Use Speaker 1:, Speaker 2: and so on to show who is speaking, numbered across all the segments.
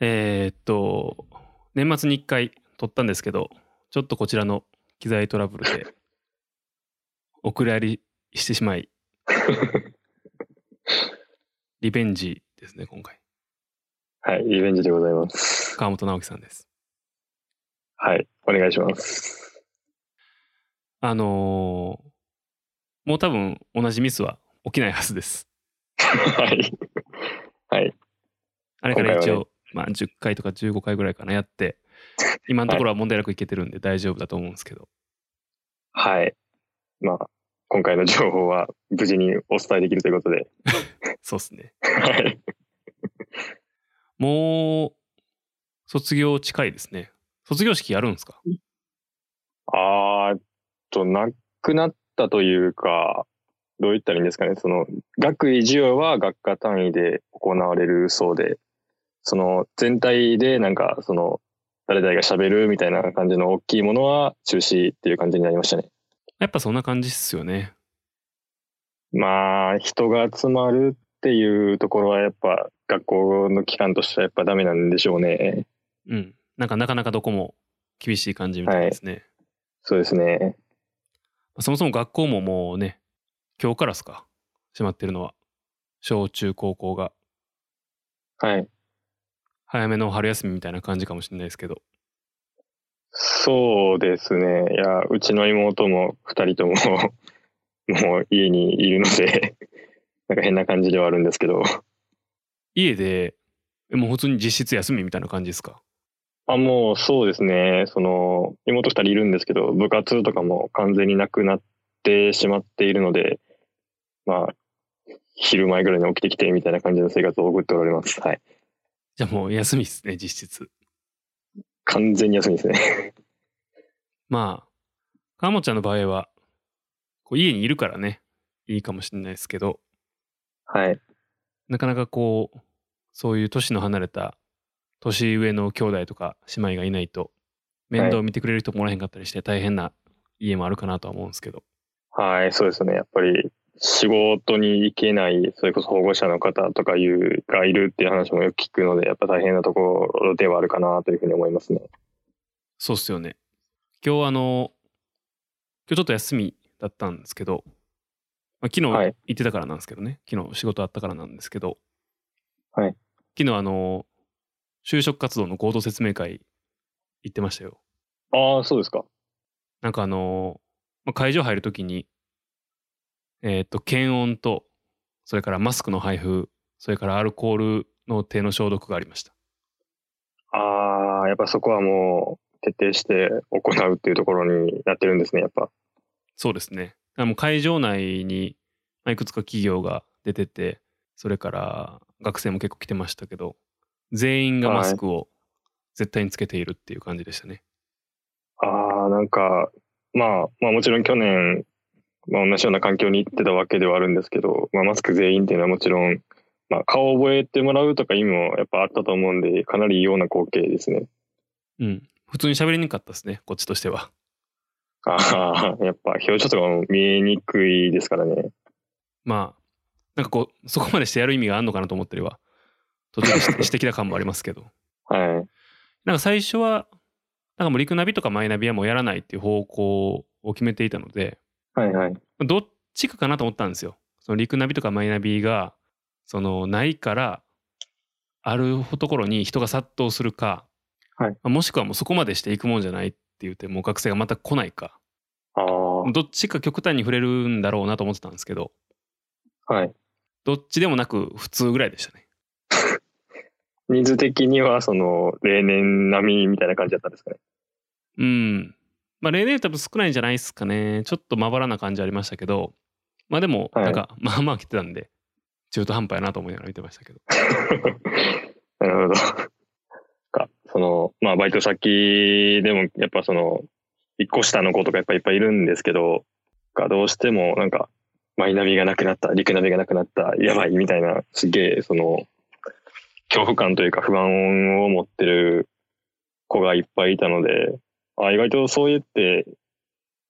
Speaker 1: えーっと、年末に1回撮ったんですけど、ちょっとこちらの機材トラブルで、 遅れありしてしまい、リベンジですね、今回。
Speaker 2: はい、リベンジでございます。
Speaker 1: 川本直樹さんです。
Speaker 2: はい、お願いします。
Speaker 1: あのーもう多分同じミスは起きないはずです。
Speaker 2: はい。はい。
Speaker 1: あれから
Speaker 2: 今
Speaker 1: 一
Speaker 2: 回
Speaker 1: 応、
Speaker 2: は
Speaker 1: まあ10回とか15回ぐらいかなやって、今のところは問題なくいけてるんで大丈夫だと思うんですけど、
Speaker 2: はい。まあ、今回の情報は無事にお伝えできるということで。
Speaker 1: そうっすね。
Speaker 2: はい。
Speaker 1: もう、卒業近いですね。卒業式やるんですか
Speaker 2: あーっと、なくなったというか、どう言ったらいいんですかね。その、学位授与は学科単位で行われるそうで、その、全体でなんか、その、誰々が喋るみたいな感じの大きいものは中止っていう感じになりましたね。
Speaker 1: やっぱそんな感じっすよね。
Speaker 2: まあ、人が集まるっていうところはやっぱ学校の期間としてはやっぱダメなんでしょうね。
Speaker 1: うん。なんかなかなかどこも厳しい感じみたいですね。
Speaker 2: そうですね。
Speaker 1: そもそも学校ももうね、今日からっすか閉まってるのは。小中高校が。
Speaker 2: はい。
Speaker 1: 早めの春休みみたいな感じかもしれないですけど。
Speaker 2: そうですね。いや、うちの妹も二人とも、 もう家にいるので、 なんか変な感じではあるんですけど。
Speaker 1: 家で、えもう普通に実質休みみたいな感じですか
Speaker 2: あ、もうそうですね。その、妹二人いるんですけど、部活とかも完全になくなってしまっているので、まあ、昼前ぐらいに起きてきてみたいな感じの生活を送っておられます。はい。
Speaker 1: じゃあもう休みっすね、実質。
Speaker 2: 完全に休みですね。
Speaker 1: まあ、かもちゃんの場合は、こう家にいるからね、いいかもしれないですけど、
Speaker 2: はい。
Speaker 1: なかなかこう、そういう年の離れた、年上の兄弟とか姉妹がいないと、面倒を見てくれる人もおらへんかったりして、大変な家もあるかなとは思うんですけど、
Speaker 2: はい、そうですね。やっぱり仕事に行けない、それこそ保護者の方とかいうがいるっていう話もよく聞くので、やっぱ大変なところではあるかなというふうに思いますね。
Speaker 1: そうっすよね。今日あの、今日ちょっと休みだったんですけど、まあ、昨日
Speaker 2: は
Speaker 1: 行
Speaker 2: い
Speaker 1: ってたからなんですけどね、昨日仕事あったからなんですけど、
Speaker 2: はい
Speaker 1: 昨日あの、就職活動の合同説明会行ってましたよ。
Speaker 2: ああ、そうですか。
Speaker 1: なんかあのーまあ会場入るときに、えーっ、と、検温と、それからマスクの配布、それからアルコールの手の消毒がありました。
Speaker 2: ああ、やっぱそこはもう徹底して行うっていうところになってるんですね、やっぱ。
Speaker 1: そうですね。あの会場内に、まあいくつか企業が出てて、それから学生も結構来てましたけど、全員がマスクを絶対につけているっていう感じでしたね。
Speaker 2: ああ、なんか、まあ、まあもちろん去年、まあ同じような環境に行ってたわけではあるんですけど、まあマスク全員っていうのはもちろん、まあ顔を覚えてもらうとか意味もやっぱあったと思うんで、かなり異様な光景ですね。
Speaker 1: うん。普通に喋りにくかったですね、こっちとしては。
Speaker 2: ああ、やっぱ表情とかも見えにくいですからね。
Speaker 1: まあ、なんかこう、そこまでしてやる意味があるのかなと思ったりは、途中でしてしてきた感もありますけど。
Speaker 2: はい。
Speaker 1: なんか最初は、なんかもうリクナビとかマイナビはもうやらないっていう方向を決めていたので、
Speaker 2: はいはい。
Speaker 1: どっちかかなと思ったんですよ。そのリクナビとかマイナビが、そのないから、あるところに人が殺到するか、
Speaker 2: はい
Speaker 1: まあもしくはもうそこまでしていくもんじゃないって言って、もう学生がまた来ないか、
Speaker 2: ああ、
Speaker 1: どっちか極端に触れるんだろうなと思ってたんですけど、
Speaker 2: はい。
Speaker 1: どっちでもなく普通ぐらいでしたね。
Speaker 2: 人数的には、その、例年並みみたいな感じだったんですかね。
Speaker 1: うん。まあ例年より多分少ないんじゃないですかね。ちょっとまばらな感じありましたけど、まあでも、
Speaker 2: はい
Speaker 1: なんか、まあまあ来てたんで、中途半端やなと思いながら見てましたけど。
Speaker 2: なるほど。か、その、まあ、バイト先でも、やっぱその、一個下の子とかやっぱいっぱいいるんですけど、がどうしても、なんか、マイナビがなくなった、陸ナビがなくなった、やばいみたいな、すげえ、その、恐怖感というか不安を持ってる子がいっぱいいたので、あ意外とそう言って、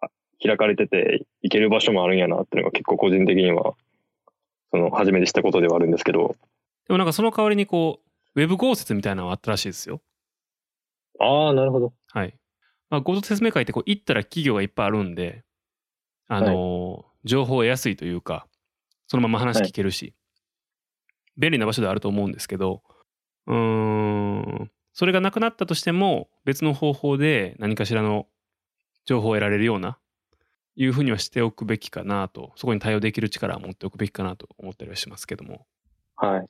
Speaker 2: あ開かれてて、行ける場所もあるんやなっていうのが結構個人的には、その、初めて知ったことではあるんですけど、
Speaker 1: でもなんかその代わりにこう、ウェブ豪雪みたいなのがあったらしいですよ。
Speaker 2: ああ、なるほど。
Speaker 1: はい。まあ、合同説明会ってこう行ったら企業がいっぱいあるんで、あのー情報を得やすいというか、そのまま話聞けるし、便利な場所ではあると思うんですけど、うーん、それがなくなったとしても、別の方法で何かしらの情報を得られるような、いうふうにはしておくべきかなと、そこに対応できる力を持っておくべきかなと思ったりはしますけども。
Speaker 2: はい。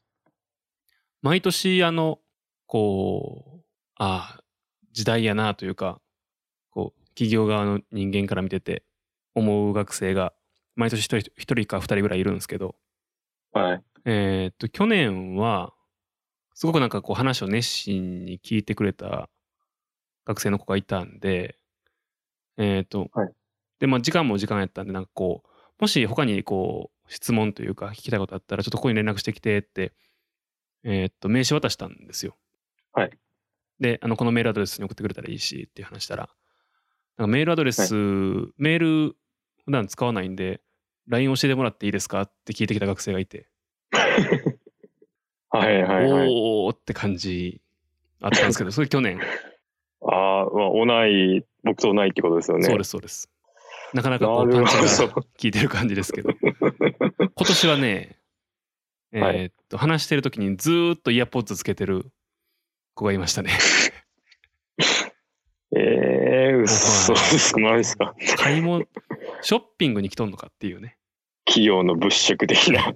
Speaker 1: 毎年あのこうああ時代やなというかこう企業側の人間から見てて思う学生が毎年一人一人か二人ぐらいいるんですけど
Speaker 2: はい。
Speaker 1: えーっと去年はすごくなんかこう話を熱心に聞いてくれた学生の子がいたんでえーっと、
Speaker 2: はい
Speaker 1: でまあ時間も時間やったんでなんかこうもし他にこう質問というか聞きたいことあったらちょっとここに連絡してきてってえーっと名刺渡したんですよ
Speaker 2: はい
Speaker 1: であのこのメールアドレスに送ってくれたらいいしっていう話したらなんかメールアドレス、メール普段使わないんで LINE 教えてもらっていいですかって聞いてきた学生がいて
Speaker 2: はいはいはい。
Speaker 1: おーって感じあったんですけど、それ去 年、
Speaker 2: ああ、まあ、おない、僕とおないってことですよね。。
Speaker 1: そうですす、そうです。なかなかこ
Speaker 2: な
Speaker 1: うパ
Speaker 2: る
Speaker 1: ンチが
Speaker 2: ほど。
Speaker 1: 効いてる感じですけ ど、今年はね、え
Speaker 2: はい
Speaker 1: ーっと、話してる時にずーっとイヤポッズつけてる子がいました ね。
Speaker 2: ええー、嘘
Speaker 1: は
Speaker 2: です。 マジですか。
Speaker 1: 買い物、ショッピングに来とんのかっていうね。
Speaker 2: 企業の物色的な。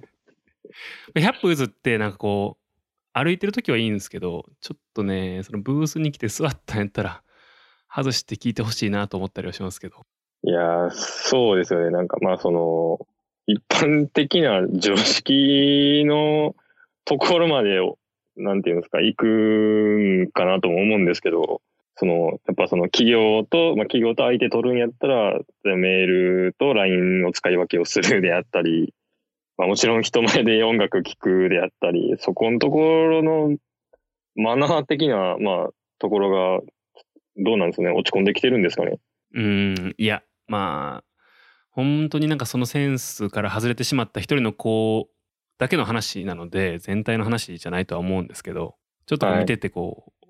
Speaker 1: 100歩譲って、なんかこう、歩いてる時はいいんですけど、ちょっとね、そのブースに来て座ったんやったら、外して聞いてほしいなと思ったりはしますけど。
Speaker 2: いやー、そうですよね。なんかまあその、一般的な常識のところまでを、なんていうんですか、行くんかなとも思うんですけど、その、やっぱその企業と、まあ企業と相手取るんやったら、メールと LINE の使い分けをするであったり、まあもちろん人前で音楽聴くであったり、そこのところのマナー的な、まあ、ところが、どうなんですかね、落ち込んできてるんですかね。
Speaker 1: うーん、いや、まあ、本当になんかそのセンスから外れてしまった一人の子だけの話なので、全体の話じゃないとは思うんですけど、ちょっとこう
Speaker 2: はい
Speaker 1: 見ててこう、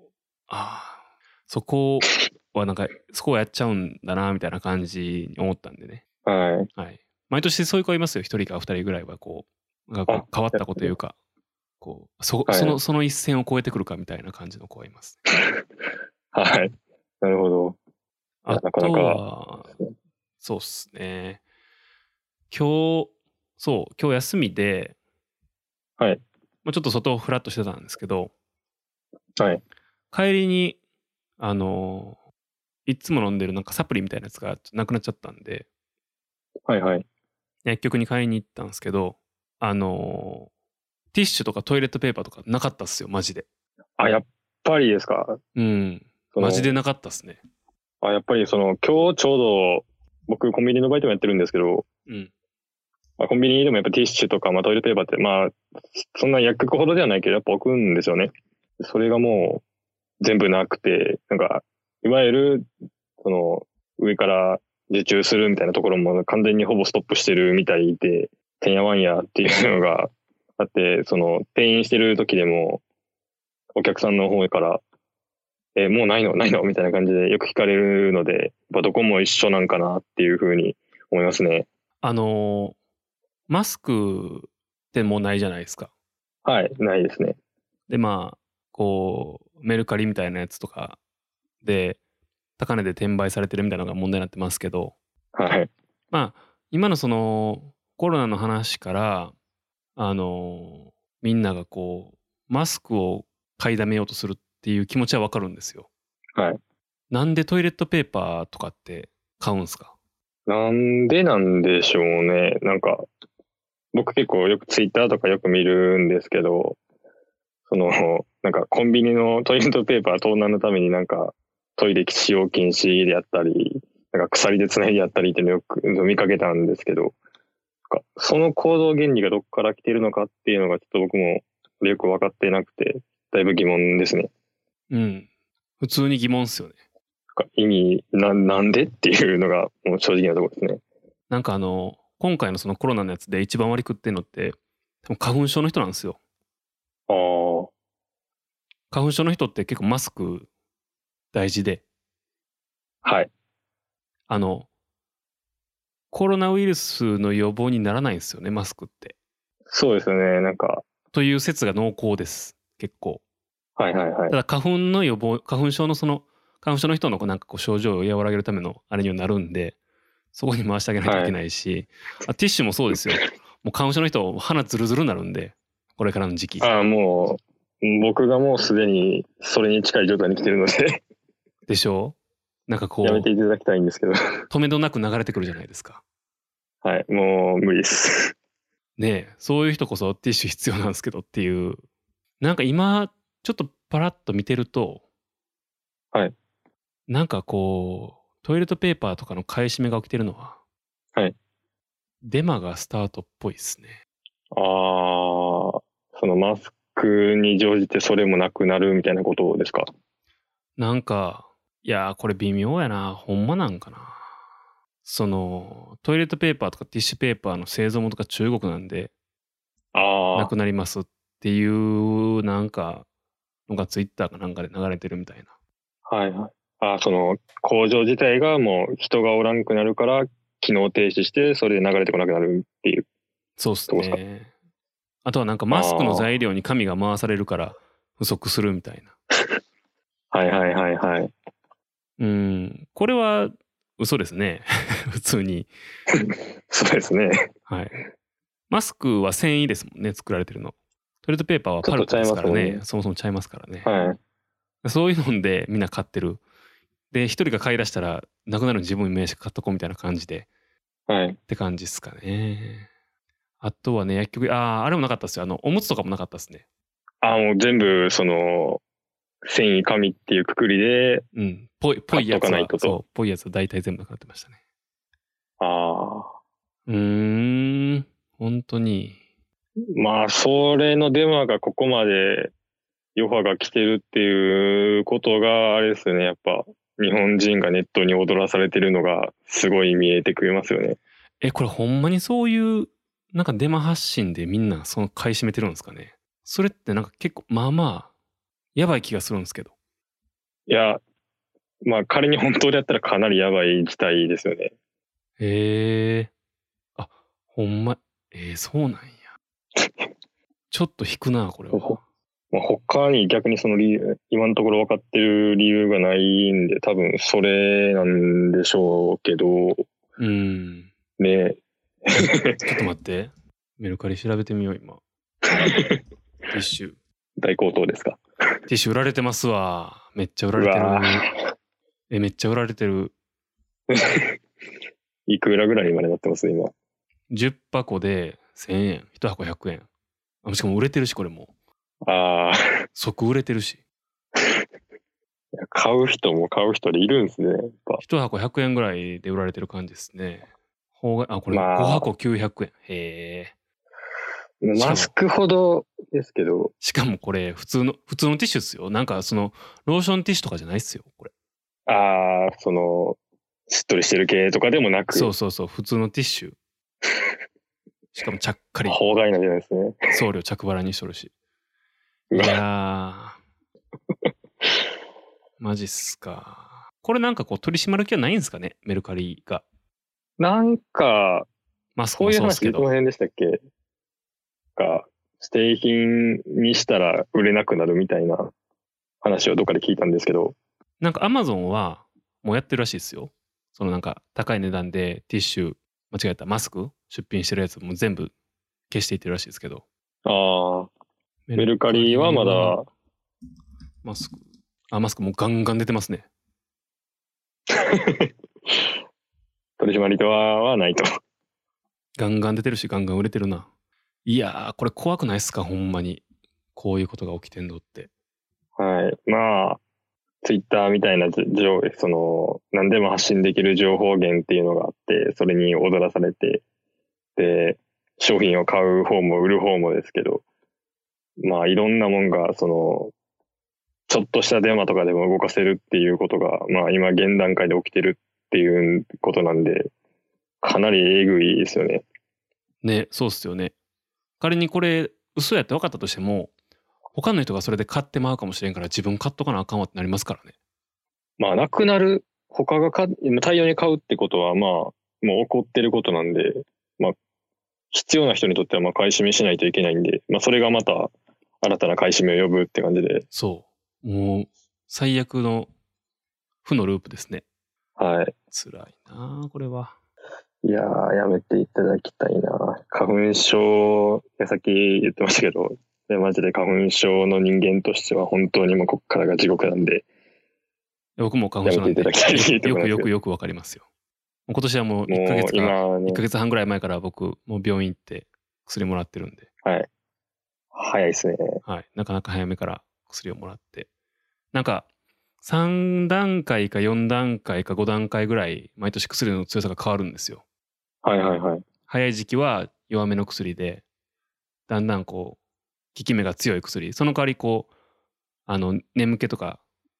Speaker 1: ああ、そこはなんか、そこをやっちゃうんだな、みたいな感じに思ったんでね。
Speaker 2: はい。
Speaker 1: はい。毎年そういう子いますよ、一人か二人ぐらいはこう、なんかこう
Speaker 2: あ
Speaker 1: 変わった子というか、こうそ
Speaker 2: はい
Speaker 1: その、その一線を越えてくるかみたいな感じの子はいます。
Speaker 2: はい。なるほど。いや
Speaker 1: あ
Speaker 2: な
Speaker 1: と
Speaker 2: かなか
Speaker 1: は、そうっすね。今日、そう、今日休みで、
Speaker 2: はい。
Speaker 1: まあ、ちょっと外をフラッとしてたんですけど、
Speaker 2: はい。
Speaker 1: 帰りに、あのーいつも飲んでるなんかサプリみたいなやつがちょっとなくなっちゃったんで、
Speaker 2: はいはい。
Speaker 1: 薬局に買いに行ったんですけど、あのーティッシュとかトイレットペーパーとかなかったっすよ、マジで。
Speaker 2: あ、やっぱりですか
Speaker 1: うん。
Speaker 2: その
Speaker 1: マジでなかったっすね。
Speaker 2: あ、やっぱりその、今日ちょうど、僕コンビニのバイトもやってるんですけど、
Speaker 1: うん。
Speaker 2: まあ、コンビニでもやっぱティッシュとか、まあ、トイレットペーパーって、まあ、そんな薬局ほどではないけど、やっぱ置くんですよね。それがもう、全部なくて、なんか、いわゆる、その、上から受注するみたいなところも完全にほぼストップしてるみたいで、てんやわんやっていうのがあって、その、店員してる時でも、お客さんの方から、えもうないのないのみたいな感じでよく聞かれるので、やっぱどこも一緒なんかなっていうふうに思いますね。
Speaker 1: あのーマスクってもうないじゃないですか。
Speaker 2: はい、ないですね。
Speaker 1: でまあこうメルカリみたいなやつとかで高値で転売されてるみたいなのが問題になってますけど
Speaker 2: はい。
Speaker 1: まあ今のそのコロナの話からあのみんながこうマスクを買いだめようとするっていう気持ちはわかるんですよ。
Speaker 2: はい。
Speaker 1: なんでトイレットペーパーとかって買うんすか
Speaker 2: なんでなんでしょうね。なんか、僕結構よくツイッターとかよく見るんですけど、その、なんかコンビニのトイレットペーパー盗難のためになんかトイレ使用禁止であったり、なんか鎖で繋いであったりっていうのをよく見かけたんですけど、なんかその行動原理がどこから来てるのかっていうのがちょっと僕もよく分かってなくて、だいぶ疑問ですね。
Speaker 1: うん。普通に疑問っすよね。
Speaker 2: なんか意味な、なんでっていうのがもう正直なところですね。
Speaker 1: なんかあの今回のそのコロナのやつで一番割り食ってんのって多分花粉症の人なんですよ。
Speaker 2: ああ。
Speaker 1: 花粉症の人って結構マスク大事で、
Speaker 2: はい。
Speaker 1: あの、コロナウイルスの予防にならないんですよね、マスクって。
Speaker 2: そうですよね。なんか、
Speaker 1: という説が濃厚です、結構。
Speaker 2: はいはいはい
Speaker 1: た。だ花粉の予防、花粉症のその、花粉症の人のこうなんかこう症状を和らげるためのあれにはなるんで、そこに回してあげないといけないし、あティッシュもそうですよ。もう花粉症の人、鼻ズルズルになるんで、これからの時期。
Speaker 2: ああ、もう、僕がもうすでにそれに近い状態に来てるの で、
Speaker 1: でしょうなんかこ
Speaker 2: やめて
Speaker 1: う、
Speaker 2: いただきたいんですけど、
Speaker 1: 止めどなく流れてくるじゃないですか。
Speaker 2: はい、もう無理です。
Speaker 1: ねえそういう人こそティッシュ 必要なんですけどっていうなんか今ちょっとパラッと見てると
Speaker 2: はい
Speaker 1: なんかこうトイレットペーパーとかの買い占めが起きてるのは
Speaker 2: はい
Speaker 1: デマがスタートっぽいですね
Speaker 2: ああ、そのマスクに乗じてそれもなくなるみたいなことですか
Speaker 1: なんかいやーこれ微妙やなほんまなんかなそのトイレットペーパーとかティッシュペーパーの製造元が中国なんでな
Speaker 2: ああ
Speaker 1: く、なりますっていうなんかのがツイッターかなんかで流れてるみたいな
Speaker 2: はいはい。ああ、その工場自体がもう人がおらんくなるから、機能停止して、それで流れてこなくなるっていう。
Speaker 1: そうっす
Speaker 2: どう
Speaker 1: ね。あとはなんかマスクの材料に紙が回されるから不足するみたいな。
Speaker 2: はいはいはいはい。
Speaker 1: うん、これは嘘ですね。 普通に。
Speaker 2: そうですね。
Speaker 1: はい。マスクは繊維ですもんね、作られてるの。トイレットペーパーはパルプですから
Speaker 2: ちょっとちゃいます
Speaker 1: ね。
Speaker 2: もんね
Speaker 1: そもそもちゃいますからね。
Speaker 2: はい。
Speaker 1: そういうのでみんな買ってる。で、一人が買い出したら、なくなるの自分に名刺買っとこうみたいな感じで。
Speaker 2: はい。
Speaker 1: って感じですかね。あとはね、薬局、ああ、あれもなかったですよ。あの、おむつとかもなかったですね。
Speaker 2: ああ、もう全部、その、繊維紙っていうくくりで、
Speaker 1: うん。ぽい、ぽいやつ
Speaker 2: 買っとかな
Speaker 1: はい
Speaker 2: と、と
Speaker 1: そう、ぽいやつは大体全部なくなってましたね。
Speaker 2: ああ、
Speaker 1: うーん、本当に。
Speaker 2: まあ、それのデマがここまで余波が来てるっていうことが、あれですよね、やっぱ、日本人がネットに踊らされてるのが、すごい見えてくれますよね。
Speaker 1: え、これほんまにそういう、なんかデマ発信でみんなその買い占めてるんですかね。それってなんか結構、まあまあ、やばい気がするんですけど。
Speaker 2: いや、まあ、仮に本当であったらかなりやばい事態ですよね。
Speaker 1: ええあ、ほんま、えー、そうなんや。ちょっと引くな、これは。
Speaker 2: まあ、他に逆にその理由、今のところ分かってる理由がないんで、多分それなんでしょうけど、
Speaker 1: うん。
Speaker 2: ね。
Speaker 1: ちょっと待って。メルカリ調べてみよう、今。ティッシュ。
Speaker 2: 大高騰ですか。
Speaker 1: ティッシュ売られてますわ。めっちゃ売ら
Speaker 2: う
Speaker 1: れて
Speaker 2: わ
Speaker 1: る。
Speaker 2: ぁ
Speaker 1: え、めっちゃ売られてる。
Speaker 2: いくらぐらいまでなってます、今。
Speaker 1: 10箱で1000円、1箱100円。あしかも売れてるし、これも。
Speaker 2: ああ。
Speaker 1: 即売れてるし。
Speaker 2: 買う人も買う人でいるんですね。やっぱ
Speaker 1: 1箱100円ぐらいで売られてる感じですね。方があ、これ
Speaker 2: まあ
Speaker 1: 5箱900円。へえ。しかも
Speaker 2: マスクほどですけど、
Speaker 1: しかもこれ、普通の、普通のティッシュっすよ。なんかその、ローションティッシュとかじゃないっすよ、これ。
Speaker 2: ああ、その、しっとりしてる系とかでもなく、
Speaker 1: そうそうそう、普通のティッ シュ。しかもちゃっかり
Speaker 2: 法外なんじゃないですね。
Speaker 1: 送料着払いにしとるし。
Speaker 2: う
Speaker 1: い
Speaker 2: わ
Speaker 1: やー。マジっすか。これなんかこう取り締まる気はないんですかねメルカリが。
Speaker 2: なんか、
Speaker 1: マスク
Speaker 2: そう
Speaker 1: も
Speaker 2: いう
Speaker 1: そうです
Speaker 2: 話、
Speaker 1: け
Speaker 2: どの
Speaker 1: ど。
Speaker 2: 辺でしたっけが、指定品にしたら売れなくなるみたいな話をどっかで聞いたんですけど、
Speaker 1: なんかアマゾンはもうやってるらしいですよ。そのなんか高い値段でティッシュ、間違えた、マスク出品してるやつも全部消していってるらしいですけど。
Speaker 2: ああ、
Speaker 1: メ
Speaker 2: メルカリはまだ、
Speaker 1: マスク。あ、マスクもうガンガン出てますね。
Speaker 2: 取締りとははないと。
Speaker 1: ガンガン出てるし、ガンガン売れてるな。いやー、これ怖くないっすかほんまに。こういうことが起きてんのって。
Speaker 2: はい。まあ、ツイッターみたいなじ情、その、何でも発信できる情報源っていうのがあって、それに踊らされて、で、商品を買う方も売る方もですけど、まあ、いろんなもんが、その、ちょっとしたデマとかでも動かせるっていうことが、まあ、今、現段階で起きてるっていうことなんで、かなりえぐいですよね。
Speaker 1: ね、そうっすよね。仮にこれ、嘘やって分かったとしても、他の人がそれで買ってまうかもしれんから自分買っとかなあかんわってなりますからね。
Speaker 2: まあ、なくなる、他が買、大量に買うってことは、まあ、もう起こってることなんで、まあ、必要な人にとっては、まあ、買い占めしないといけないんで、まあ、それがまた、新たな買い占めを呼ぶって感じで、
Speaker 1: そう。もう、最悪の負のループですね。
Speaker 2: はい。
Speaker 1: 辛いなあこれは。
Speaker 2: いやー、やめていただきたいな。花粉症、いやさっき言ってましたけど、いやマジで花粉症の人間としては本当にもうこっからが地獄なんで、
Speaker 1: 僕も花粉症なんで、
Speaker 2: やめていただきたいと
Speaker 1: よ
Speaker 2: 思います
Speaker 1: くよくよくわかりますよ。もう今年はもう
Speaker 2: も
Speaker 1: 1ヶ
Speaker 2: う
Speaker 1: 月か、
Speaker 2: 今ね
Speaker 1: 1ヶ、月半ぐらい前から僕、もう病院行って薬もらってるんで、
Speaker 2: 早いですね。
Speaker 1: はい、なかなか早めから薬をもらって、なんか、3段階か4段階か5段階ぐらい、毎年薬の強さが変わるんですよ。
Speaker 2: はいはいはい。
Speaker 1: 早い時期は弱めの薬でだんだんこう効き目が強い薬その代わりこうあの眠気とか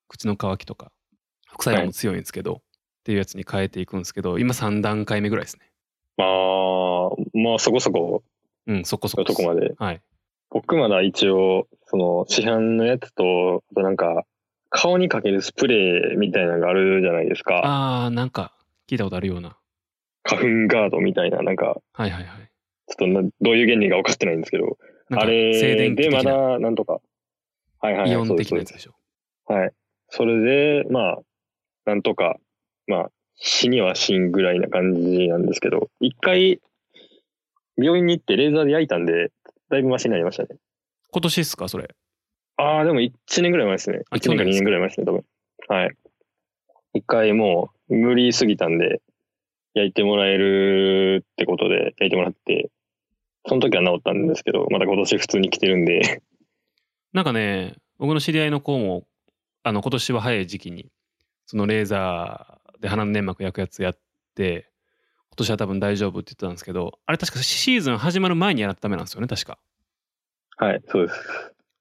Speaker 1: 口の渇きとか副作用も強いんですけど、っていうやつに変えていくんですけど今3段階目ぐらいですね
Speaker 2: まあ、まあそこそこ
Speaker 1: うんそこそこ
Speaker 2: の
Speaker 1: で
Speaker 2: と
Speaker 1: す
Speaker 2: こまで。
Speaker 1: はい
Speaker 2: 僕まだ一応、その市販のやつと、あとなんか、顔にかけるスプレーみたいなのがあるじゃないですか。
Speaker 1: あーなんか聞いたことあるような
Speaker 2: 花粉ガードみたいな、なんか、
Speaker 1: はいはいはい
Speaker 2: ちょっとなどういう原理か分かってないんですけど、
Speaker 1: なん
Speaker 2: あ
Speaker 1: か静
Speaker 2: れ
Speaker 1: 電気
Speaker 2: でま
Speaker 1: 的な
Speaker 2: だなんとか。はいはい、はい。
Speaker 1: イオン的なやつ
Speaker 2: そう
Speaker 1: でしょ
Speaker 2: ですはい。それで、まあ、なんとか、まあ、死には死んぐらいな感じなんですけど、一回、病院に行ってレーザーで焼いたんで、だいぶマシになりましたね。
Speaker 1: 今年っすかそれ
Speaker 2: ああ、でも1年ぐらい前ですね。
Speaker 1: あ
Speaker 2: 1年
Speaker 1: 去年
Speaker 2: か2
Speaker 1: ですか
Speaker 2: 年ぐらい前ですね、多分。はい。一回もう、無理すぎたんで、焼いてもらえるってことで、焼いてもらって、その時は治ったんですけど、また今年普通に来てるんで、
Speaker 1: なんかね、僕の知り合いの子も、あの今年は早い時期に、そのレーザーで鼻の粘膜焼くやつやって、今年は多分大丈夫って言ってたんですけど、あれ確かシーズン始まる前にやっためなんですよね、確か。
Speaker 2: はい、そうです。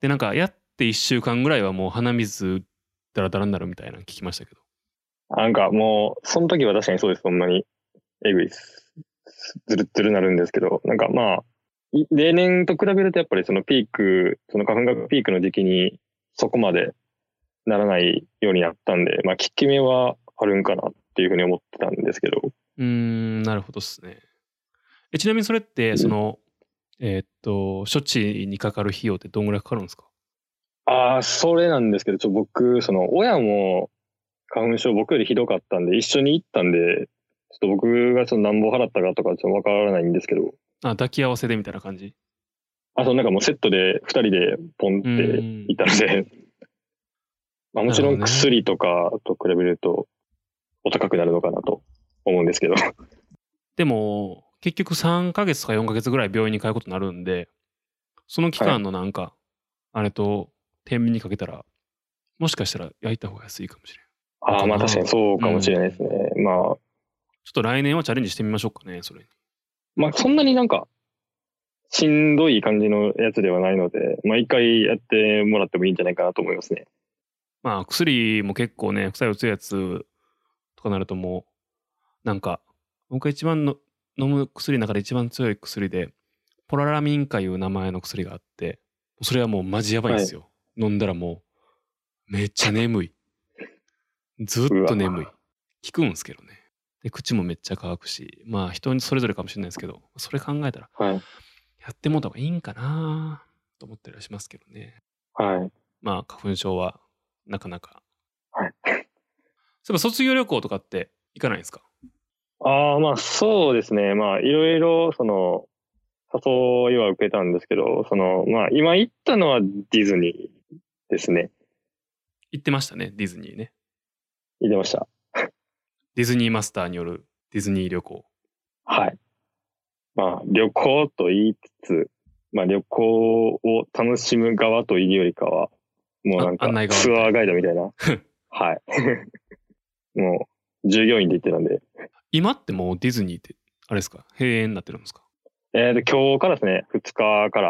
Speaker 1: で、なんかやって1週間ぐらいはもう鼻水ダラダラになるみたいなの聞きましたけど。
Speaker 2: なんかもう、その時は確かにそうです、ほんまに。えぐいです。ずるっずるなるんですけど、なんかまあ、い例年と比べるとやっぱりそのピーク、その花粉がピークの時期にそこまでならないようになったんで、まあ効き目はあるんかなっていうふうに思ってたんですけど、
Speaker 1: うーん、なるほどっすね。えちなみにそれって、その、えーっと、処置にかかる費用ってどんぐらいかかるんですか
Speaker 2: ああ、それなんですけど、ちょ、僕、その、親も花粉症僕よりひどかったんで、一緒に行ったんで、ちょっと僕がその何本払ったかとかちょっとわからないんですけど、
Speaker 1: あ、抱き合わせでみたいな感じ。
Speaker 2: あ、そう、なんかもうセットで二人でポンっ
Speaker 1: う
Speaker 2: て
Speaker 1: ーん
Speaker 2: いたので、 まあもちろ
Speaker 1: なるほど
Speaker 2: ん
Speaker 1: ね
Speaker 2: 薬とかと比べるとお高くなるのかなと思うんです けど、
Speaker 1: でも結局3ヶ月とか4ヶ月ぐらい病院に通うことになるんでその期間のなんか、あれと天秤にかけたらもしかしたら焼いた方が安いかもしれん
Speaker 2: ああ、まあ確かにそうかもしれないですね。まあ、
Speaker 1: ちょっと来年はチャレンジしてみましょうかねそれに
Speaker 2: まあそんなになんかしんどい感じのやつではないので、まあ一回やってもらってもいいんじゃないかなと思いますね。
Speaker 1: まあ薬も結構ね副作用強いやつとかなるともうなんか僕が一番の飲む薬の中で一番強い薬でポララミンかいう名前の薬があってそれはもうマジやばいんですよ、飲んだらもうめっちゃ眠いずっと眠い効くんですけどねで口もめっちゃ乾くしまあ人それぞれかもしれないですけどそれ考えたら
Speaker 2: はい。
Speaker 1: やってもうた方がいいんかなと思ったりはしますけどね
Speaker 2: はい。
Speaker 1: まあ花粉症はなかなか。
Speaker 2: はい
Speaker 1: そういえば卒業旅行とかって行かないんですか
Speaker 2: ああ、まあそうですね。まあいろいろ、その、誘いは受けたんですけど、その、まあ今行ったのはディズニーですね。
Speaker 1: 行ってましたね、ディズニーね。
Speaker 2: 行ってました。
Speaker 1: ディズニーマスターによるディズニー旅行。
Speaker 2: はい。まあ旅行と言いつつ、まあ旅行を楽しむ側というよりかは、もうなん
Speaker 1: あ
Speaker 2: か
Speaker 1: 案内側
Speaker 2: ツアーガイドみたい な。はい。もう従業員で行ってたんで。
Speaker 1: 今ってもうディズニーって、あれですか閉園になってるんですか
Speaker 2: えっ、と今日からですね、2日から、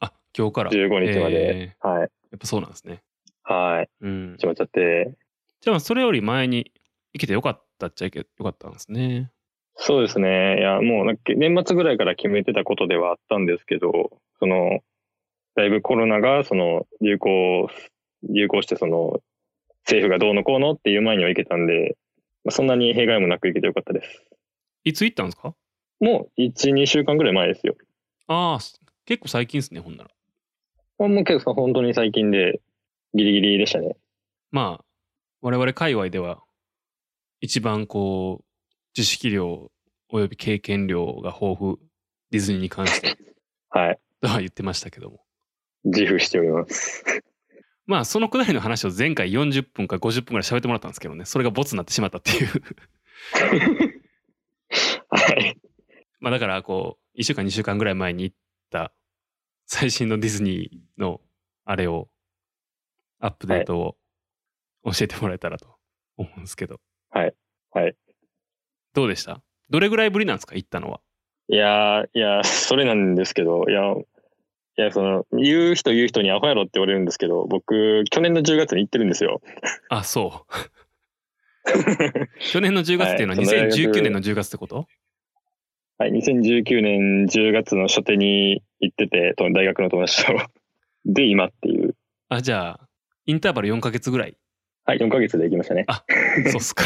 Speaker 1: あ、今日から。
Speaker 2: 15日まで
Speaker 1: へえ
Speaker 2: はい。
Speaker 1: やっぱそうなんですね。
Speaker 2: はい。
Speaker 1: うん。
Speaker 2: 決まっちゃって。
Speaker 1: じゃあ、それより前に行けてよかったっちゃいけよかったんですね。
Speaker 2: そうですね。いや、もうなんか年末ぐらいから決めてたことではあったんですけど、その、だいぶコロナがその流行、流行してその政府がどうのこうのっていう前には行けたんで、まあ、そんなに弊害もなく行けてよかったです。
Speaker 1: いつ行ったんですか
Speaker 2: もう1、2週間ぐらい前ですよ。
Speaker 1: ああ、す結構最近ですね、ほんなら。
Speaker 2: もう結構本当に最近でギリギリでしたね。
Speaker 1: まあ、我々界隈では、一番こう、知識量および経験量が豊富、ディズニーに関して
Speaker 2: はい。
Speaker 1: とは言ってましたけども。
Speaker 2: 自負しております。
Speaker 1: まあ、そのくらいの話を前回40分か50分ぐらい喋ってもらったんですけどね、それがボツになってしまったっていう。
Speaker 2: はい。
Speaker 1: まあだからこう1週間2週間ぐらい前に行った最新のディズニーのあれをアップデートを教えてもらえたらと思うんですけど
Speaker 2: はいはい
Speaker 1: どうでしたどれぐらいぶりなんですか行ったのはい
Speaker 2: やー、いやー、それなんですけど、いや、いや、その、言う人言う人にアホやろって言われるんですけど、僕、去年の10月に行ってるんですよ。
Speaker 1: あそう 去年の10月っていうのは
Speaker 2: はいその
Speaker 1: 2019年の10月ってこと
Speaker 2: はい、2019年10月の初手に行ってて、と大学の友達と。 で、今っていう。
Speaker 1: あじゃあインターバル4ヶ月ぐらい
Speaker 2: はい、4ヶ月で行きましたね。
Speaker 1: そうっす か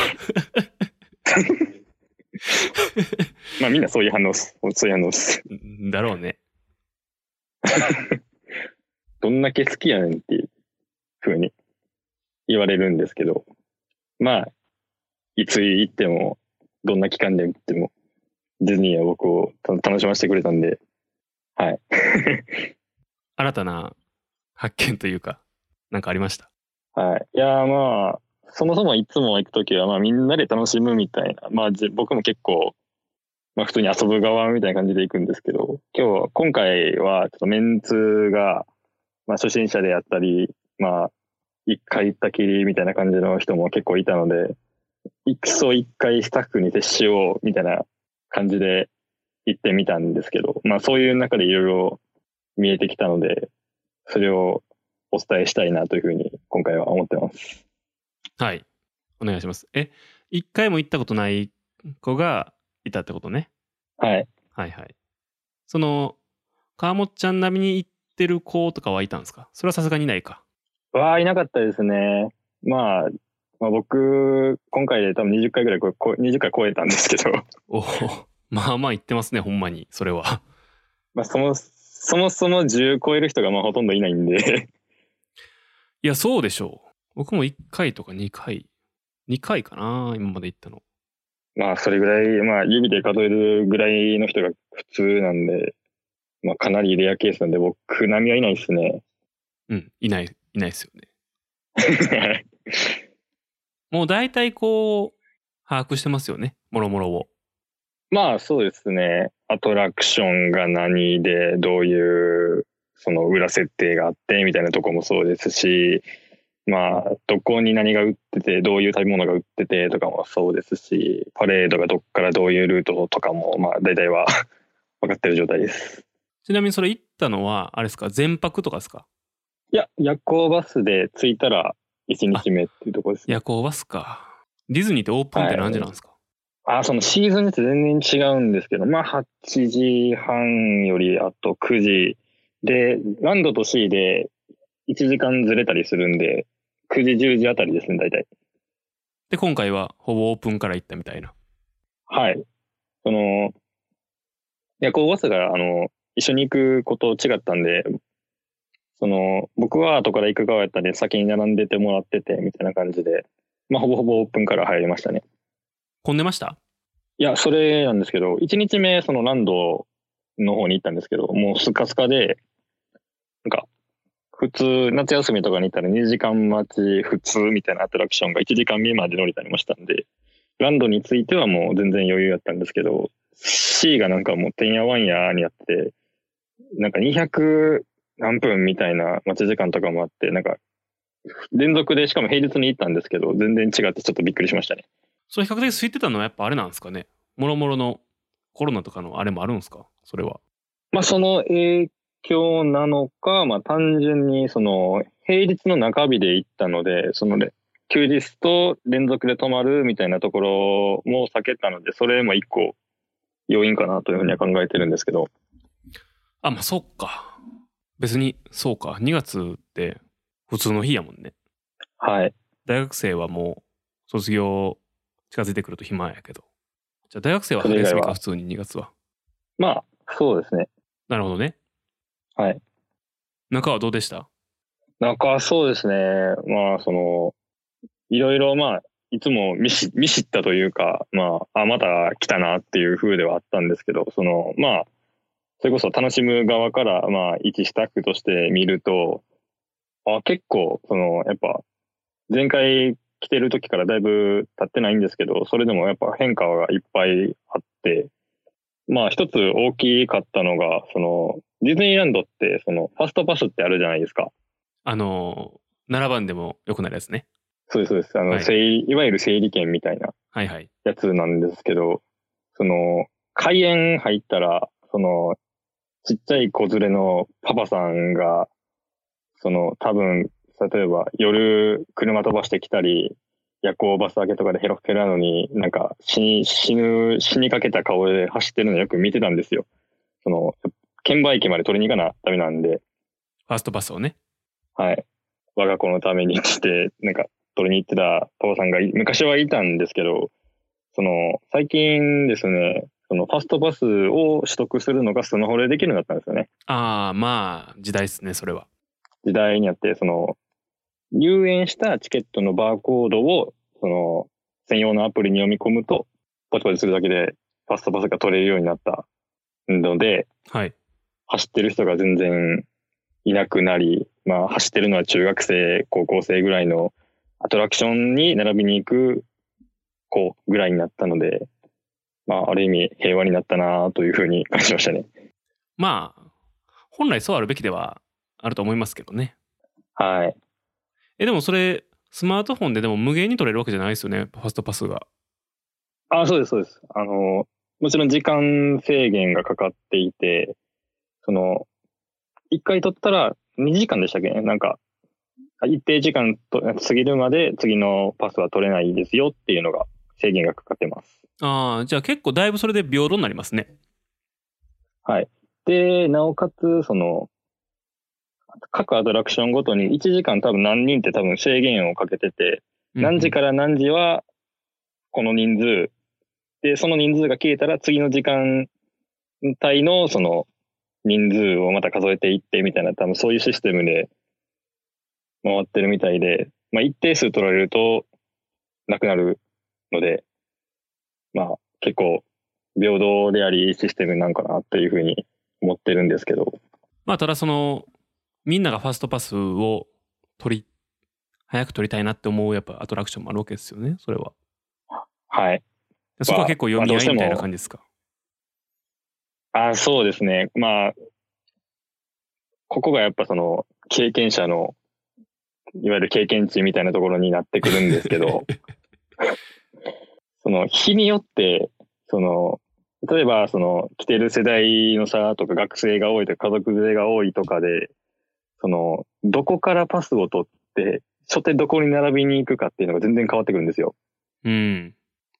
Speaker 2: まあ、みんなそういう反応っす。そういう反応っす。
Speaker 1: だろうね
Speaker 2: どんだけ好きやねんっていう風に言われるんですけど、まあ、いつ行っても、どんな期間で行っても、ディズニーは僕を楽楽しませてくれたんで、はい。
Speaker 1: 新たな発見というかなんかありました
Speaker 2: はい。いやーまあ、そもそもいつも行くときは、まあみんなで楽しむみたいな。まあじ僕も結構、まあ普通に遊ぶ側みたいな感じで行くんですけど、今日は、今回はちょっとメンツが、まあ初心者であったり、まあ、一回行ったきりみたいな感じの人も結構いたので、いくそ一回スタッフに接しようみたいな感じで行ってみたんですけど、まあそういう中でいろいろ見えてきたので、それをお伝えしたいなというふうに今回は思ってます。
Speaker 1: はい。お願いします。え、一回も行ったことない子がいたってことね。
Speaker 2: はい。
Speaker 1: はいはい。その、川本ちゃん並みに行ってる子とかはいたんですかそれはさすがにないか。
Speaker 2: わあ、いなかったですね。まあ、まあ、僕、今回で多分20回ぐらいこ、こ20回超えたんですけど、
Speaker 1: お お、まあまあ行ってますね、ほんまに、それは。
Speaker 2: まあ、そも、そもそも10超える人がまあほとんどいないんで、
Speaker 1: いや、そうでしょう。僕も1回とか2回、2回かな、今まで行ったの。
Speaker 2: まあ、それぐらい、まあ、指で数えるぐらいの人が普通なんで、まあ、かなりレアケースなんで、僕、並みはいないですね。
Speaker 1: うん、いない、いないですよね。
Speaker 2: はい
Speaker 1: もう大体こう、把握してますよね、もろもろを。
Speaker 2: まあ、そうですね。アトラクションが何で、どういう、その裏設定があって、みたいなとこもそうですし、まあ、どこに何が売ってて、どういう食べ物が売っててとかもそうですし、パレードがどっからどういうルートとかも、まあ、大体は 分かってる状態です。
Speaker 1: ちなみにそれ行ったのは、あれですか、全泊とかですか
Speaker 2: いや、夜行バスで着いたら1日目っていうところですね。
Speaker 1: 夜行バスか。ディズニーってオープンって何時なんですか、
Speaker 2: あ、そのシーズンによって全然違うんですけど、まあ8時半よりあと9時で、ランドと C で1時間ずれたりするんで、9時10時あたりですね、大体。
Speaker 1: で、今回はほぼオープンから行ったみたいな。
Speaker 2: はい。その、夜行バスが、あの、一緒に行くこと違ったんで、その、僕は後から行く側やったんで、先に並んでてもらってて、みたいな感じで、まあほぼほぼオープンから入りましたね。
Speaker 1: 混んでました
Speaker 2: いや、それなんですけど、1日目、そのランドの方に行ったんですけど、もうスカスカで、なんか、普通、夏休みとかに行ったら2時間待ち普通みたいなアトラクションが1時間目まで乗れたりもしたんで、ランドについてはもう全然余裕やったんですけど、C がなんかもうてんやわんやにやって、なんか200何分みたいな待ち時間とかもあって、なんか、連続で、しかも平日に行ったんですけど、全然違ってちょっとびっくりしましたね。
Speaker 1: それ比較的空いてたのはやっぱあれなんですかねもろもろのコロナとかのあれもあるんですかそれは。
Speaker 2: まあ、その影響なのか、まあ、単純に、その、平日の中日で行ったので、そのれ、休日と連続で泊まるみたいなところも避けたので、それも一個要因かなというふうには考えてるんですけど、
Speaker 1: あ、まあそっか。別にそうか2月って普通の日やもんね
Speaker 2: はい。
Speaker 1: 大学生はもう卒業近づいてくると暇やけどじゃあ大学生は春休み
Speaker 2: それ以外
Speaker 1: か
Speaker 2: は
Speaker 1: 普通に2月は
Speaker 2: まあ、そうですね。
Speaker 1: なるほどね
Speaker 2: はい
Speaker 1: 中はどうでした
Speaker 2: なんか、そうですね。まあ、その、いろいろ、まあ、いつも見し見知ったというか、まあ、あ、また来たなっていう風ではあったんですけど、その、まあ、それこそ楽しむ側から、まあ、一スタッフとして見ると、あ、結構、その、やっぱ、前回来てる時からだいぶ経ってないんですけど、それでもやっぱ変化がいっぱいあって、まあ、一つ大きかったのが、その、ディズニーランドって、その、ファストパスってあるじゃないですか。
Speaker 1: あの7番でも良くなるやつね
Speaker 2: そうです、そうです。あの、
Speaker 1: はい
Speaker 2: 整理いわゆる整理券みたいな
Speaker 1: はいはい
Speaker 2: やつなんですけど、その、開園入ったら、その、ちっちゃい子連れのパパさんが、その、多分、例えば夜車飛ばしてきたり、夜行バス明けとかでヘロヘロなのに、なんか死に、死ぬ、死にかけた顔で走ってるのよく見てたんですよ。その、券売機まで取りに行かなダメなんで、
Speaker 1: ファーストパスをね
Speaker 2: はい。我が子のためにって、なんか、取りに行ってたパパさんがい昔はいたんですけど、その、最近ですね、その、ファストパスを取得するのがスマホでできるようになったんですよね。
Speaker 1: ああまあ時代ですねそれは
Speaker 2: 時代にあって、その、入園したチケットのバーコードを、その、専用のアプリに読み込むと、ポチポチするだけで、ファストパスが取れるようになったので、
Speaker 1: はい
Speaker 2: 走ってる人が全然いなくなり、まあ、走ってるのは中学生、高校生ぐらいのアトラクションに並びに行く子ぐらいになったので、まあ、ある意味平和になったなというふうに感じましたね。
Speaker 1: まあ本来そうあるべきではあると思いますけどね
Speaker 2: はい。
Speaker 1: えでもそれスマートフォンででも無限に取れるわけじゃないですよねファストパスが
Speaker 2: あ、そうです、そうです。あの、もちろん時間制限がかかっていて、その、一回取ったら2時間でしたっけねなんか、一定時間と過ぎるまで次のパスは取れないですよっていうのが制限がかかってます。
Speaker 1: ああじゃあ結構だいぶそれで平等になりますね
Speaker 2: で、なおかつ、その、各アトラクションごとに1時間多分何人って多分制限をかけてて、何時
Speaker 1: 間
Speaker 2: から何時はこの人数、で、その人数が消えたら次の時間帯のその人数をまた数えていってみたいな、多分そういうシステムで回ってるみたいで、まあ一定数取られるとなくなるので、まあ結構平等でありいいシステムなんかなっていうふうに思ってるんですけど、
Speaker 1: まあただそのみんながファストパスを取り早く取りたいなって思うやっぱアトラクションもあるわけですよねそれは
Speaker 2: はい。
Speaker 1: でそこは結構読み合いみたい
Speaker 2: ま
Speaker 1: な
Speaker 2: あ
Speaker 1: 感じですか、
Speaker 2: あそうですね。まあ、ここがやっぱその、経験者の、いわゆる経験値みたいなところになってくるんですけど、その、日によって、その、例えば、その、来てる世代の差とか、学生が多いとか、家族勢が多いとかで、その、どこからパスを取って、初手どこに並びに行くかっていうのが全然変わってくるんですよ。
Speaker 1: うん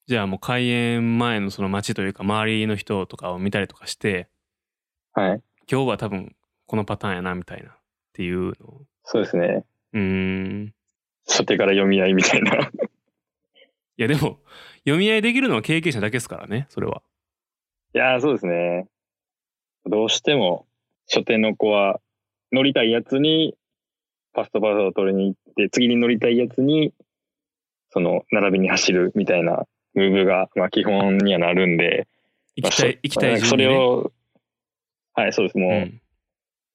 Speaker 1: じゃあもう開園前のその街というか周りの人とかを見たりとかして
Speaker 2: はい。
Speaker 1: 今日は多分このパターンやなみたいなっていうのを
Speaker 2: そうですね。
Speaker 1: うーん
Speaker 2: 初手から読み合いみたいな。
Speaker 1: いやでも 読み合いできるのは経験者だけですからねそれはい
Speaker 2: やー、そうですね。どうしても、書店の子は、乗りたいやつに、ファストパスを取りに行って、次に乗りたいやつに、その、並びに走るみたいな、ムーブが、まあ、基本にはなるんで、
Speaker 1: 行きたい行きた
Speaker 2: ま
Speaker 1: い
Speaker 2: あそ
Speaker 1: 順に、ね、
Speaker 2: それを、はい、そうです。もう、
Speaker 1: うん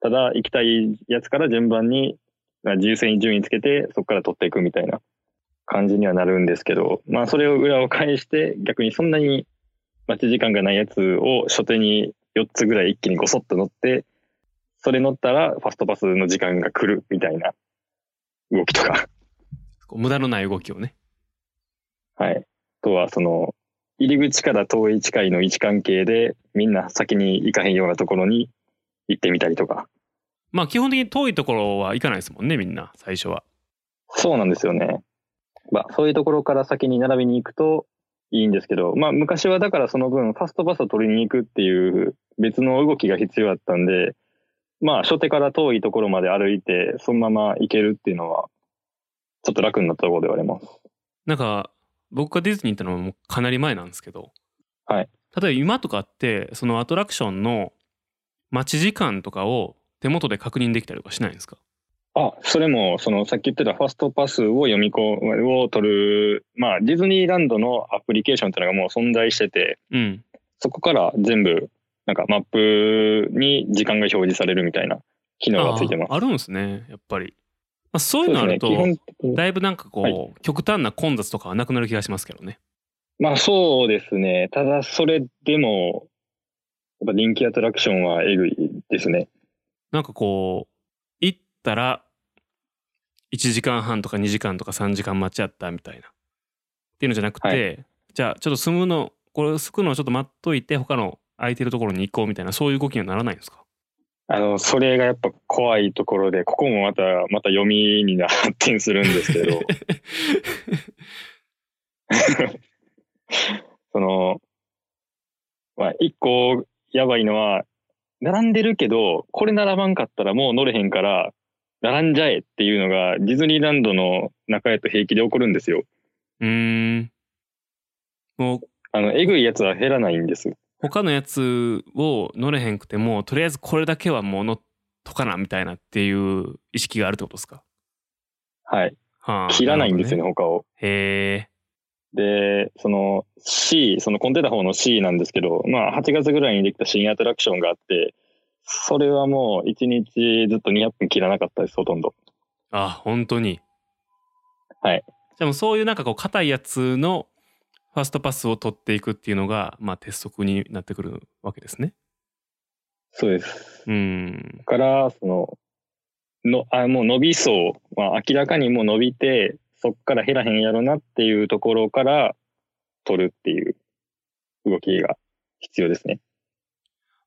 Speaker 2: ただ、行きたいやつから順番に、まあ自由戦に順位つけて、そこから取っていくみたいな感じにはなるんですけど、まあ、それを裏を返して、逆にそんなに待ち時間がないやつを初手に4つぐらい一気にごそっと乗って、それ乗ったらファストパスの時間が来るみたいな動きとか。
Speaker 1: こう無駄のない動きをね
Speaker 2: はい。あとは、その、入り口から遠い近いの位置関係で、みんな先に行かへんようなところに行ってみたりとか。
Speaker 1: まあ基本的に遠いところは行かないですもんねみんな最初は
Speaker 2: そうなんですよね。まあ、そういうところから先に並びに行くといいんですけど、まあ、昔はだからその分、ファストパスを取りに行くっていう別の動きが必要だったんで、まあ、初手から遠いところまで歩いて、そのまま行けるっていうのは、ちょっと楽になったところではあります。
Speaker 1: なんか僕がディズニー行ったのはもうかなり前なんですけど、
Speaker 2: は
Speaker 1: 例
Speaker 2: い
Speaker 1: えば今とかってそのアトラクションの待ち時間とかを手元で確認できたりとかしないんですか
Speaker 2: あ、それも、その、さっき言ってたファストパスを読み込む、を取る、まあ、ディズニーランドのアプリケーションっていうのがもう存在してて、
Speaker 1: うん
Speaker 2: そこから全部、なんかマップに時間が表示されるみたいな機能がついてます
Speaker 1: あ。あるんですねやっぱり、まあ、そうい
Speaker 2: そうう
Speaker 1: のある
Speaker 2: です
Speaker 1: と、
Speaker 2: ね。基本的に。
Speaker 1: だいぶなんかこう、
Speaker 2: は
Speaker 1: 極端な混雑とかはなくなる気がしますけどね
Speaker 2: まあ、そうですね。ただ、それでも、やっぱ人気アトラクションはえぐいですね。
Speaker 1: なんかこう行ったら1時間半とか2時間とか3時間待ちあったみたいなっていうのじゃなくて、
Speaker 2: は
Speaker 1: じゃあちょっと住むのこれすくのをちょっと待っといて他の空いてるところに行こうみたいなそういう動きにはならないんです か
Speaker 2: あの、それがやっぱ怖いところで、ここもまた、また読みにな発展するんですけ ど、その、まあ、一個やばいのは、並んでるけど、これ並ばんかったらもう乗れへんから、並んじゃえっていうのが、ディズニーランドの中へと平気で起こるんですよ。
Speaker 1: うーんもう
Speaker 2: あの、えぐいやつは減らないんです。
Speaker 1: 他のやつを乗れへんくてもとりあえずこれだけはもう乗っとかなみたいなっていう意識があるってことですか、
Speaker 2: はい。
Speaker 1: はあ
Speaker 2: 切らないんですよね、
Speaker 1: る
Speaker 2: 他を。
Speaker 1: ほどねへえ
Speaker 2: で、その C、そのコンテナ方の C なんですけど、まあ8月ぐらいにできた新アトラクションがあって、それはもう1日ずっと200分切らなかったです、ほとんど。
Speaker 1: あ本当に
Speaker 2: はい
Speaker 1: でもそういうなんかこう硬いやつのファストパスを取っていくっていうのがまあ鉄則になってくるわけですね
Speaker 2: そうです。
Speaker 1: うん
Speaker 2: だから、その、のあもう伸びそう、まあ、明らかにもう伸びて、そっから減らへんやろなっていうところから取るっていう動きが必要ですね。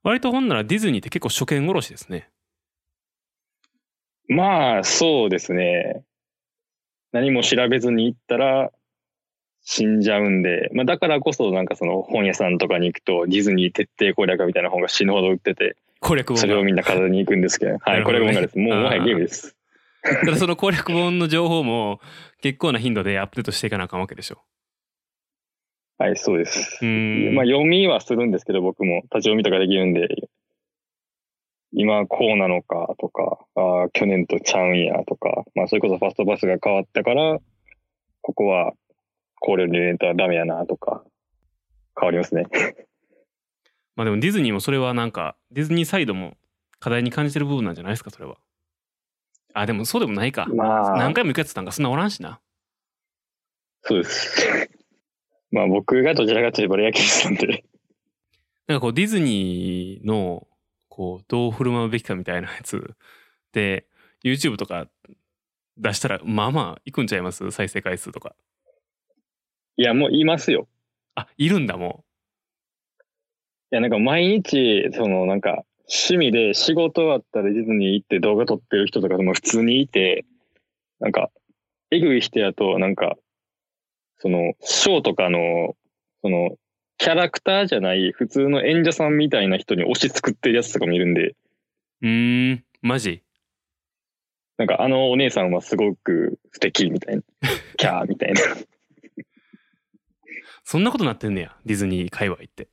Speaker 1: 割とほんならディズニーって結構初見殺しですね
Speaker 2: まあ、そうですね。何も調べずに行ったら死んじゃうんで、まあだからこそなんかその本屋さんとかに行くとディズニー徹底攻略みたいな本が死ぬほど売ってて、
Speaker 1: 攻略
Speaker 2: それを
Speaker 1: 本
Speaker 2: みんな飾りに行くんですけど、は
Speaker 1: なる
Speaker 2: い、
Speaker 1: ほ
Speaker 2: こ
Speaker 1: どね
Speaker 2: れが漫画です。もう
Speaker 1: あー
Speaker 2: もはやゲームです。
Speaker 1: がただその攻略本の情報も結構な頻度でアップデートしていかなあかんわけでしょ
Speaker 2: はい、そうです
Speaker 1: う。ん
Speaker 2: まあ読みはするんですけど、僕も立ち読みとかできるんで、今こうなのかとか、あー去年とちゃうんやとか、まあそれこそファストパスが変わったから、ここはこれを入れんとダメやなとか、変わりますね。
Speaker 1: まあでもディズニーもそれはなんかディズニーサイドも課題に感じてる部分なんじゃないですかそれはあでもそうでもないか
Speaker 2: ま
Speaker 1: 何
Speaker 2: あ、
Speaker 1: 回も行くやつなんかそんなおらんしな
Speaker 2: そうです。 まあ僕がどちらかといえばレアケースなんで、
Speaker 1: なんかこうディズニーのこうどう振る舞うべきかみたいなやつで YouTube とか出したらまあまあいくんちゃいます再生回数とか
Speaker 2: いやもういますよ。
Speaker 1: あいるんだも
Speaker 2: いやなんか毎日、そのなんか趣味で仕事終わったらディズニー行って動画撮ってる人とかも普通にいて、なんか、えぐい人やと、なんか、その、ショーとかの、その、キャラクターじゃない、普通の演者さんみたいな人に推し作ってるやつとかもいるんで、
Speaker 1: ううーんマジ
Speaker 2: なんかあのお姉さんはすごく素敵みたいな、キャーみたいな。
Speaker 1: そんなことなってんねやディズニー界隈って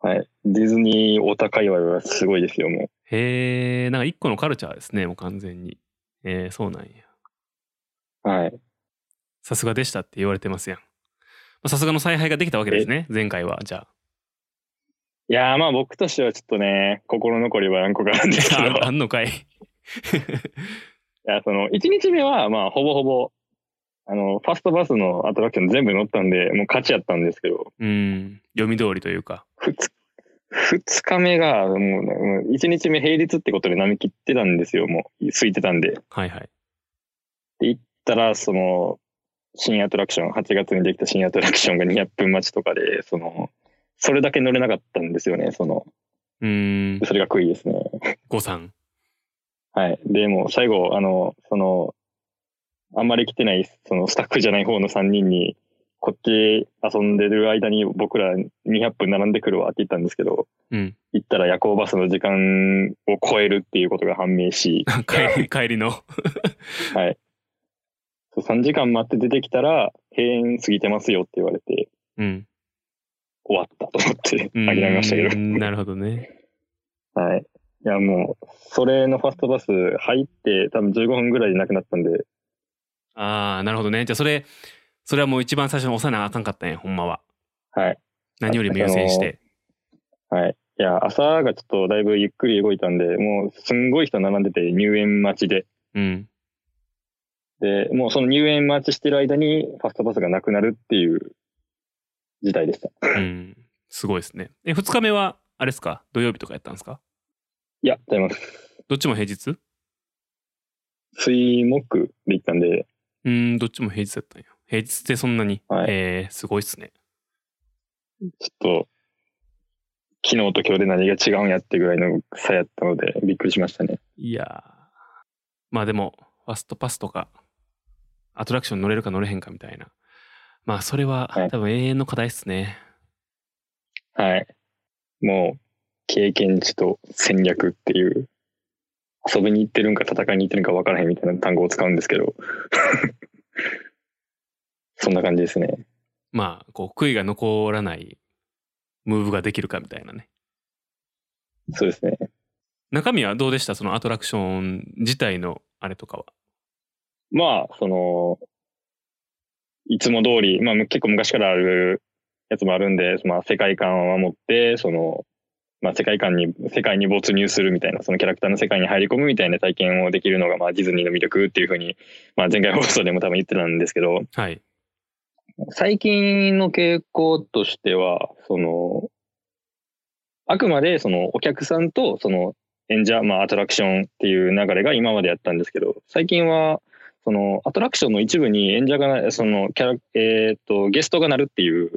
Speaker 2: はい。ディズニーオタ界隈はすごいですよ、もう。
Speaker 1: へえんか一個のカルチャーですねもう完全にえー、そうなんや
Speaker 2: はい。
Speaker 1: さすがでしたって言われてますやんまあさすがの采配ができたわけですね前回はじゃあ
Speaker 2: いやーまあ僕としてはちょっとね、心残りは何個かあるんですけど。
Speaker 1: ああんのかい
Speaker 2: いや、その、1日目は、まあ、ほぼほぼ、あの、ファストバスのアトラクション全部乗ったんで、もう勝ちやったんですけど、
Speaker 1: うん読み通りというか
Speaker 2: 2日、二日目が、もう、ね、もう1日目平日ってことで波切ってたんですよ、もう、空いてたんで。
Speaker 1: はいはい
Speaker 2: で、行ったら、その、新アトラクション、8月にできた新アトラクションが200分待ちとかで、その、それだけ乗れなかったんですよね、その、
Speaker 1: うーん
Speaker 2: それが悔いですね。
Speaker 1: 誤算
Speaker 2: はい。でも、最後、あの、その、あんまり来てない、その、スタッフじゃない方の3人に、こっち遊んでる間に僕ら200分並んでくるわって言ったんですけど、
Speaker 1: うん。
Speaker 2: 行ったら夜行バスの時間を超えるっていうことが判明し、
Speaker 1: 帰り、帰りの。
Speaker 2: そう3時間待って出てきたら、閉園過ぎてますよって言われて、
Speaker 1: うん。
Speaker 2: 終わったと思って
Speaker 1: うん
Speaker 2: 諦めましたけど。
Speaker 1: なるほどね。
Speaker 2: はい。いや、もう、それのファストバス入って、多分15分ぐらいでなくなったんで、
Speaker 1: ああ、なるほどね。じゃあ、それ、それはもう一番最初に押さなあかんかったんや、ほんまは。
Speaker 2: はい。
Speaker 1: 何よりも優先して。
Speaker 2: はい。いや、朝がちょっとだいぶゆっくり動いたんで、もうすんごい人並んでて、入園待ちで。
Speaker 1: うん。
Speaker 2: で、もうその入園待ちしてる間に、ファストバスがなくなるっていう事態でした。
Speaker 1: うん。すごいですね。え、2日目は、あれですか土曜日とかやったんですか
Speaker 2: いや、違います。
Speaker 1: どっちも平日
Speaker 2: 水木で行ったんで、
Speaker 1: うーん、どっちも平日だったんや。平日ってそんなに。
Speaker 2: はい
Speaker 1: えー、すごいっすね。
Speaker 2: ちょっと、昨日と今日で何が違うんやってぐらいの差やったので、びっくりしましたね。
Speaker 1: いやー。まあでも、ファストパスとか、アトラクション乗れるか乗れへんかみたいな。まあそれは
Speaker 2: はい
Speaker 1: 多分永遠の課題っすね。
Speaker 2: はい。もう、経験値と戦略っていう、遊びに行ってるんか戦いに行ってるんか分からへんみたいな単語を使うんですけど、 そんな感じですね。
Speaker 1: まあ、こう、悔いが残らないムーブができるかみたいなね。
Speaker 2: そうですね。
Speaker 1: 中身はどうでしたそのアトラクション自体のあれとかは。
Speaker 2: まあ、その、いつも通り、まあむ結構昔からあるやつもあるんで、まあ世界観を守って、その、まあ世界観に、世界に没入するみたいな、そのキャラクターの世界に入り込むみたいな体験をできるのが、まあディズニーの魅力っていうふうに、まあ前回放送でも多分言ってたんですけど、
Speaker 1: はい。
Speaker 2: 最近の傾向としては、その、あくまでそのお客さんとその演者、まあアトラクションっていう流れが今までやったんですけど、最近はそのアトラクションの一部に演者がな、そのキャラ、えーっと、ゲストがなるっていう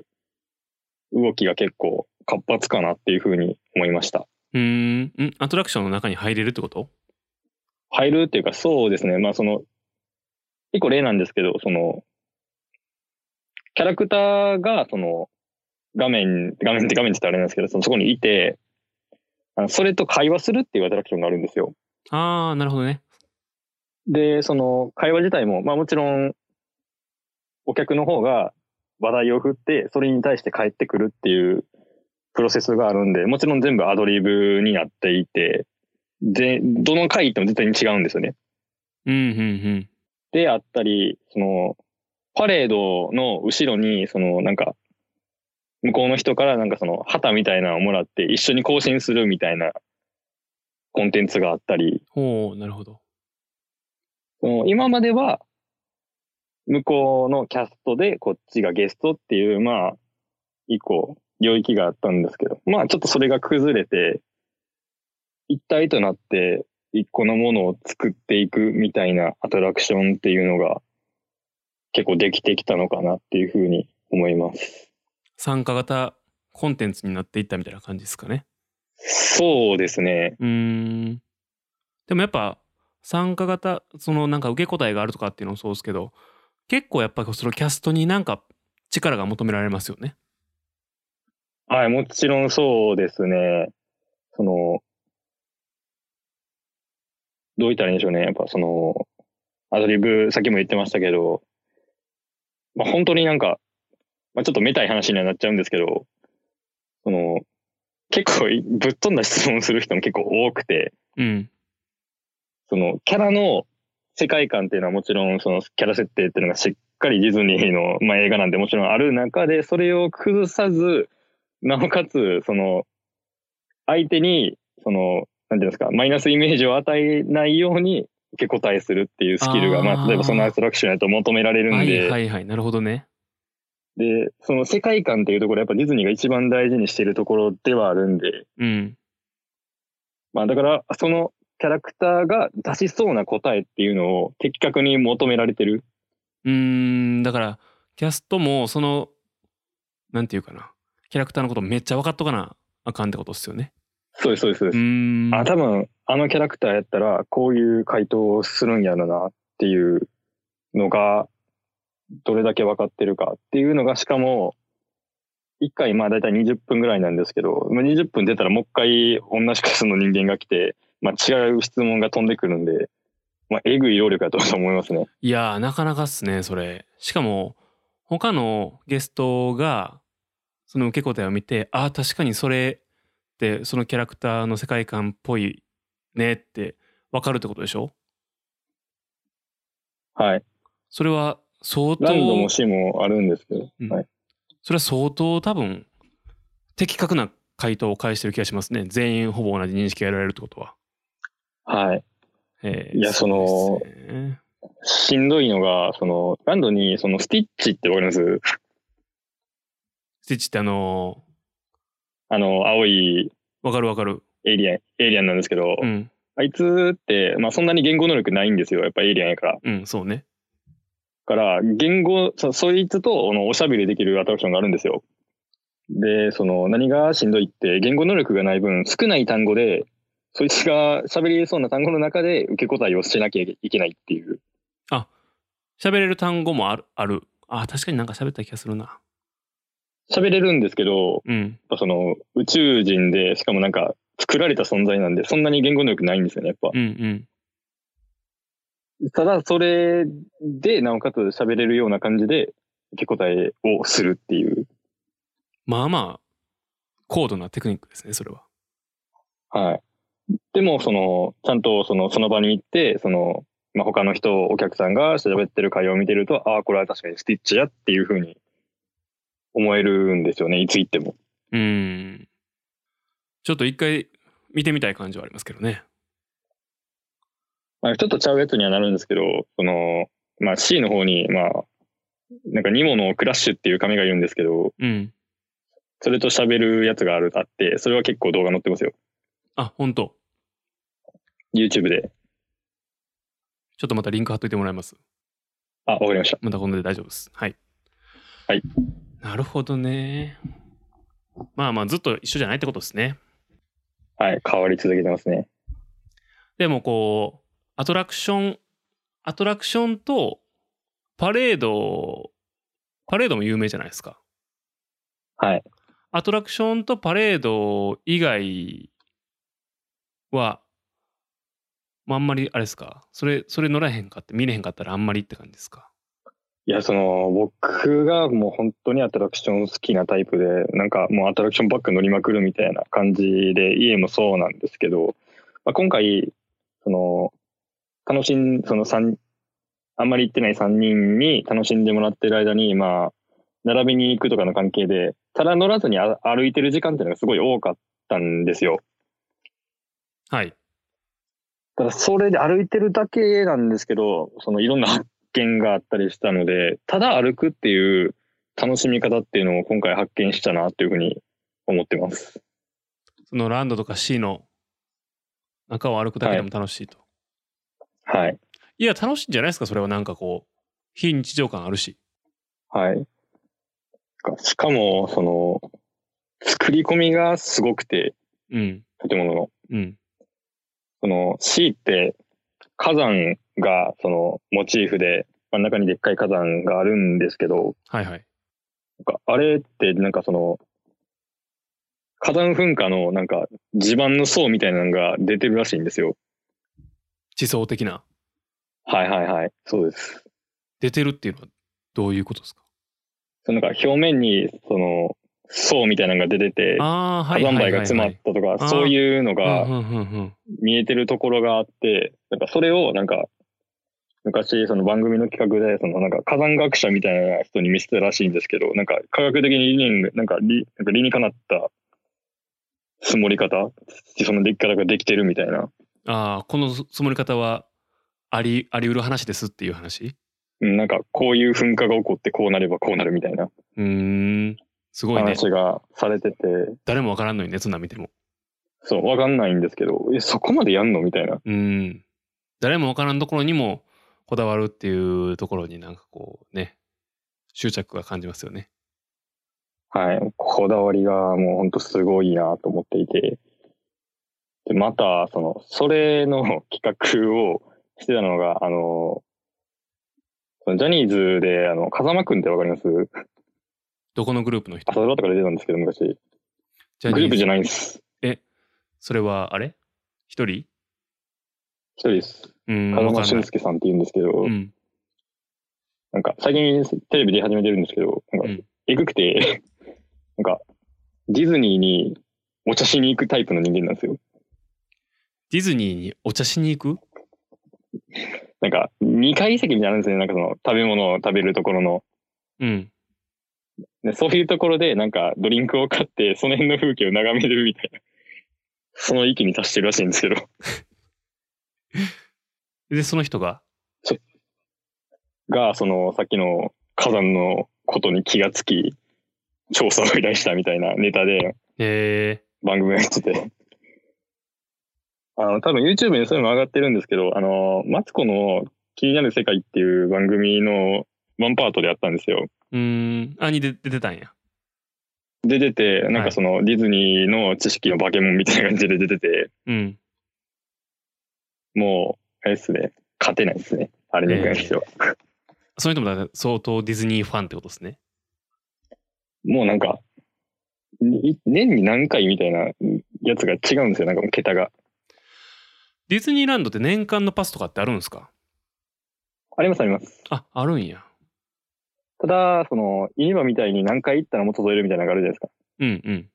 Speaker 2: 動きが結構活発かなっていうふうに思いました。
Speaker 1: うーん、んアトラクションの中に入れるってこと
Speaker 2: 入るっていうか、そうですね。まあ、その、結構例なんですけど、その、キャラクターが、その、画面、画面って画面って言ったらあれなんですけど、そのそこにいて、あのそれと会話するっていうアトラクションがあるんですよ。
Speaker 1: ああ、なるほどね。
Speaker 2: で、その、会話自体も、まあもちろん、お客の方が話題を振って、それに対して返ってくるっていうプロセスがあるんで、もちろん全部アドリブになっていて、で、どの回行っても絶対に違うんですよね。
Speaker 1: うん、うん、うん。
Speaker 2: であったり、その、パレードの後ろに、その、なんか、向こうの人からなんかその旗みたいなのをもらって一緒に更新するみたいなコンテンツがあったり、
Speaker 1: ほう、なるほど。
Speaker 2: その今までは向こうのキャストでこっちがゲストっていう、まあ、以降、領域があったんですけど、まあちょっとそれが崩れて、一体となって一個のものを作っていくみたいなアトラクションっていうのが結構できてきたのかなっていうふうに思います。
Speaker 1: 参加型コンテンツになっていったみたいな感じですかね。
Speaker 2: そうですね。
Speaker 1: うーん。でもやっぱ参加型そのなんか受け答えがあるとかっていうのもそうですけど結構やっぱりそのキャストになんか力が求められますよね。
Speaker 2: はい、もちろんそうですね。その、どう言ったらいいんでしょうね。やっぱその、アドリブ、さっきも言ってましたけど、まあ、本当になんか、まあ、ちょっとめたい話にはなっちゃうんですけど、その、結構いぶっ飛んだ質問する人も結構多くて、
Speaker 1: うん。
Speaker 2: その、キャラの世界観っていうのはもちろん、その、キャラ設定っていうのがしっかりディズニーの、まあ、映画なんでもちろんある中で、それを崩さず、なおかつ、その、相手に、その、なんていうんですか、マイナスイメージを与えないように受け答えするっていうスキルが、
Speaker 1: あー
Speaker 2: まあ、例えばそのアトラクションだと求められる
Speaker 1: は
Speaker 2: んで、
Speaker 1: いはいはいなるほどね。
Speaker 2: で、その世界観っていうところ、やっぱディズニーが一番大事にしているところではあるんで、
Speaker 1: うん。
Speaker 2: まあだから、そのキャラクターが出しそうな答えっていうのを的確に求められてる
Speaker 1: うーんだからキャストもそのなんていうかなキャラクターのことめっちゃ分かっとかなあかんってことっすよね。
Speaker 2: そうです、そうです。そう
Speaker 1: う
Speaker 2: です
Speaker 1: ーん。
Speaker 2: あ、多分、あのキャラクターやったら、こういう回答をするんやろなっていうのが、どれだけ分かってるかっていうのが、しかも、一回まあ大体20分ぐらいなんですけど、まあ、20分出たらもう一回同じクラスの人間が来て、まあ違う質問が飛んでくるんで、まあえぐい労力だと思いますね。
Speaker 1: いやーなかなかっすねそれしかも他のゲストがその受け答えを見てあー確かにそれってそのキャラクターの世界観っぽいねって分かるってことでしょ
Speaker 2: はい。
Speaker 1: それは相当
Speaker 2: 何度も死もあるんですけど、
Speaker 1: うん
Speaker 2: はい。
Speaker 1: それは相当多分的確な回答を返してる気がしますね全員ほぼ同じ認識が得られるってことは。
Speaker 2: はい。
Speaker 1: え
Speaker 2: いやその
Speaker 1: うですね
Speaker 2: しんどいのが、その、ランドに、その、スティッチってわかります
Speaker 1: スティッチってあの
Speaker 2: あの、青い
Speaker 1: ー、わかるわかる。
Speaker 2: エイリアン、エイリアンなんですけど、
Speaker 1: うん
Speaker 2: あいつって、まあそんなに言語能力ないんですよ。やっぱエイリアンやから。
Speaker 1: うんそうね。
Speaker 2: から、言語、そそいつとあのおしゃべりできるアトラクションがあるんですよ。で、その、何がしんどいって、言語能力がない分、少ない単語で、そいつが喋りそうな単語の中で受け答えをしなきゃいけないっていう。
Speaker 1: 喋れる単語もあるある。あ確かになんか喋った気がするな。
Speaker 2: 喋れるんですけど、
Speaker 1: うん。
Speaker 2: やっぱその、宇宙人で、しかもなんか、作られた存在なんで、そんなに言語能力ないんですよね、やっぱ。
Speaker 1: うんうん。
Speaker 2: ただ、それで、なおかつ喋れるような感じで、受け答えをするっていう。
Speaker 1: まあまあ、高度なテクニックですね、それは。
Speaker 2: はい。でも、その、ちゃんと、その、その場に行って、その、まあ、他の人、お客さんが喋ってる会話を見てると、ああ、これは確かにスティッチやっていうふうに思えるんですよね、いつ行っても。
Speaker 1: うん。ちょっと一回見てみたい感じはありますけどね。
Speaker 2: まあ、ちょっとちゃうやつにはなるんですけど、その、まあ、C の方に、まあ、なんかニモのクラッシュっていう紙がいるんですけど、
Speaker 1: うん。
Speaker 2: それと喋るやつがある、あって、それは結構動画載ってますよ。
Speaker 1: あ、本当
Speaker 2: YouTube で。
Speaker 1: ちょっとまたリンク貼っといてもらいます。
Speaker 2: あ、わかりました。
Speaker 1: また今度で大丈夫です。はい。
Speaker 2: はい。
Speaker 1: なるほどね。まあまあ、ずっと一緒じゃないってことですね。
Speaker 2: はい、変わり続けてますね。
Speaker 1: でもこう、アトラクション、アトラクションとパレード、パレードも有名じゃないですか。
Speaker 2: はい。
Speaker 1: アトラクションとパレード以外は、まあ、あんまりあれですかそれ、それ乗らへんかって、見れへんかったらあんまりって感じですか
Speaker 2: いや、その、僕がもう本当にアトラクション好きなタイプで、なんかもうアトラクションばっか乗りまくるみたいな感じで、家もそうなんですけど、まあ、今回、その、楽しん、その三、あんまり行ってない3人に楽しんでもらってる間に、まあ、並びに行くとかの関係で、ただ乗らずにあ歩いてる時間っていうのがすごい多かったんですよ。
Speaker 1: はい。
Speaker 2: ただそれで歩いてるだけなんですけど、そのいろんな発見があったりしたので、ただ歩くっていう楽しみ方っていうのを今回発見したなっていうふうに思ってます。
Speaker 1: そのランドとか C の中を歩くだけでも楽しいと。
Speaker 2: はい。
Speaker 1: い、や、楽しいんじゃないですかそれはなんかこう、非日常感あるし。
Speaker 2: はい。かしかも、その、作り込みがすごくて、
Speaker 1: うん。
Speaker 2: 建物の。
Speaker 1: うん。
Speaker 2: その C って火山がそのモチーフで、真ん中にでっかい火山があるんですけど、
Speaker 1: はいはい。
Speaker 2: なんかあれって、なんかその、火山噴火のなんか地盤の層みたいなのが出てるらしいんですよ。
Speaker 1: 地層的な。
Speaker 2: はいはいはい。そうです。
Speaker 1: 出てるっていうのはどういうことですか
Speaker 2: そのなんか表面にその層みたいなのが出てて、
Speaker 1: ああ、は
Speaker 2: 火
Speaker 1: いは
Speaker 2: 山
Speaker 1: いはい、
Speaker 2: 灰が
Speaker 1: はい。
Speaker 2: 詰まったと
Speaker 1: あー
Speaker 2: か、そういうの
Speaker 1: う
Speaker 2: が
Speaker 1: んうんうんうん。
Speaker 2: 見えてるところがあって、なんかそれをなんか、昔その番組の企画で、そのなんか火山学者みたいな人に見せたらしいんですけど、なんか科学的に理念、なんか理なんか理にかなった積もり方、その出来方ができてるみたいな。
Speaker 1: ああ、この積もり方はあり、あり得る話ですっていう話
Speaker 2: うんなんかこういう噴火が起こってこうなればこうなるみたいな
Speaker 1: うーん。すごいね。
Speaker 2: 話がされてて、
Speaker 1: 誰もわからんのにね、そんなん見ても。
Speaker 2: そう、わかんないんですけど、え、そこまでやんのみたいな。
Speaker 1: うーん。誰もわからんところにもこだわるっていうところになんかこうね、執着が感じますよね。
Speaker 2: はい。こだわりがもうほんとすごいなと思っていて。で、また、その、それの企画をしてたのが、あの、そのジャニーズで、あの、風間くんってわかります
Speaker 1: どこのグループの人
Speaker 2: 朝ドラとか出てたんですけど、昔。
Speaker 1: ジ
Speaker 2: グループじゃ
Speaker 1: ない
Speaker 2: ないんです。
Speaker 1: それは、あれ一人
Speaker 2: 一人です。
Speaker 1: うん、
Speaker 2: 風
Speaker 1: わか
Speaker 2: 間
Speaker 1: んな
Speaker 2: 俊
Speaker 1: い。
Speaker 2: 介さんって言うんですけど、
Speaker 1: うん。
Speaker 2: なんか、最近テレビ出始めてるんですけど、なん
Speaker 1: う
Speaker 2: か
Speaker 1: ん、
Speaker 2: えぐくて、 なんか、ディズニーにお茶しに行くタイプの人間なんですよ。
Speaker 1: ディズニーにお茶しに行く
Speaker 2: なんか、二階席みたいなのあるんですね。なんかその、食べ物を食べるところの。
Speaker 1: うん。
Speaker 2: でそういうところで、なんか、ドリンクを買って、その辺の風景を眺めるみたいな。その域に達してるらしいんですけど。
Speaker 1: で、その人が、
Speaker 2: が、その、さっきの火山のことに気がつき、調査を依頼したみたいなネタで
Speaker 1: え
Speaker 2: 番組をやってて。あの、多分 YouTube にそういうの上がってるんですけど、あの、マツコの気になる世界っていう番組のワンパートでやったんですよ。
Speaker 1: ー、うーん、あ、に出出てたんや。
Speaker 2: で、出て、なん
Speaker 1: はい
Speaker 2: かその、ディズニーの知識の化け物みたいな感じで出てて、
Speaker 1: うん。
Speaker 2: もう、あれですね、勝てないですね。あれに関しては。
Speaker 1: その人もだから相当ディズニーファンってことですね。
Speaker 2: もうなんか、い年に何回みたいなやつが違うんですよ、なんかもう桁が。
Speaker 1: ディズニーランドって年間のパスとかってあるんですか
Speaker 2: ありますあります。
Speaker 1: あ、あるんや。
Speaker 2: ただ、その、ユニバみたいに何回行ったら元取れるみたいなのがあるじゃないですか。
Speaker 1: うんうん。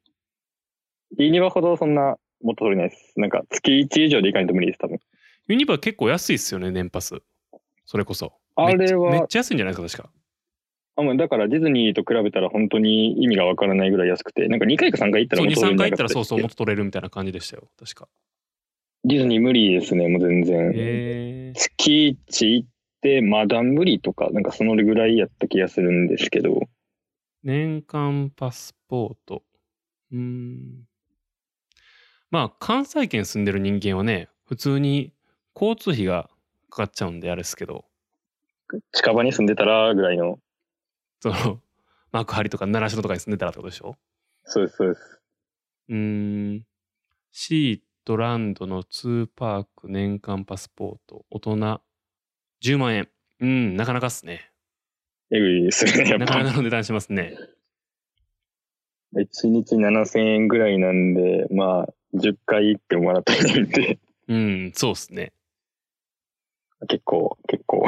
Speaker 2: ユニバほどそんな元取れないです。なんか月1以上で行かないと無理です、多分。
Speaker 1: ユニバ結構安いっすよね、年パス。それこそ。
Speaker 2: あれ
Speaker 1: めっちゃめっ
Speaker 2: は、
Speaker 1: ちゃ安いんじゃないですか、確か。
Speaker 2: あもうだからディズニーと比べたら本当に意味がわからないぐらい安くて、なんか2回か3回行ったら
Speaker 1: そう、2、
Speaker 2: 元取れる
Speaker 1: 3回行っ
Speaker 2: んじゃなか
Speaker 1: たら
Speaker 2: った
Speaker 1: そう
Speaker 2: っけ
Speaker 1: そう、元取れるみたいな感じでしたよ、確か。
Speaker 2: ディズニー無理ですね、もう全然。
Speaker 1: へえ。
Speaker 2: 月1行って、マダム無理とか、なんかそのぐらいやった気がするんですけど、
Speaker 1: 年間パスポート。うーん。まあ、関西圏住んでる人間はね、普通に交通費がかかっちゃうんで、あれですけど、
Speaker 2: 近場に住んでたらぐらいの、
Speaker 1: その、 幕張とか習志野とかに住んでたらってことでしょ
Speaker 2: そうです、そうです。
Speaker 1: うーん。シートランドの2パーク年間パスポート、大人10万円。うん、なかなかっすね。
Speaker 2: えぐいですね、やっ
Speaker 1: なか
Speaker 2: ぱ
Speaker 1: な。かの値段しますね。
Speaker 2: 1日7000円ぐらいなんで、まあ、10回行ってもらったりなんで、
Speaker 1: うん、そうっすね。
Speaker 2: 結構、結構、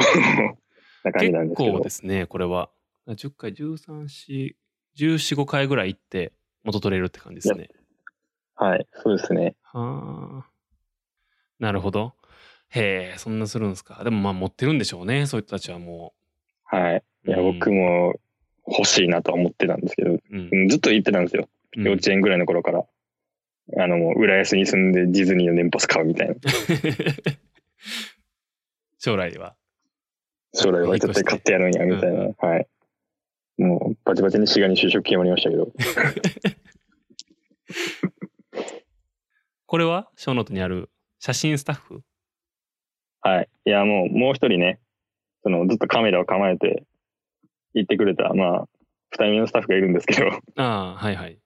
Speaker 2: な感じなん
Speaker 1: 結
Speaker 2: ですけ
Speaker 1: 構
Speaker 2: ど
Speaker 1: で。すね、これは。10回、13、4、14、5回ぐらい行って元取れるって感じですね。
Speaker 2: はい、そうですね。
Speaker 1: はあ。なるほど。へえ、そんなするんですか。でもまあ持ってるんでしょうね、そういう人たちはも
Speaker 2: はい。
Speaker 1: う。
Speaker 2: いや、
Speaker 1: うん
Speaker 2: 僕も欲しいなとは思ってたんですけど、
Speaker 1: うん
Speaker 2: うんずっと言ってたんですよ。
Speaker 1: うん
Speaker 2: 幼稚園ぐらいの頃から。あの、もう、浦安に住んでディズニーの年パス買うみたいな。
Speaker 1: 将来は。
Speaker 2: 将来は絶対買ってやるんや、みたいな。はい。もう、バチバチに滋賀に就職決まりましたけど。
Speaker 1: これはショーノートにある写真スタッフ
Speaker 2: はい。いや、もう、もう一人ね、その、ずっとカメラを構えて、行ってくれた、まあ、二人目のスタッフがいるんですけど、
Speaker 1: ああ、はいはい。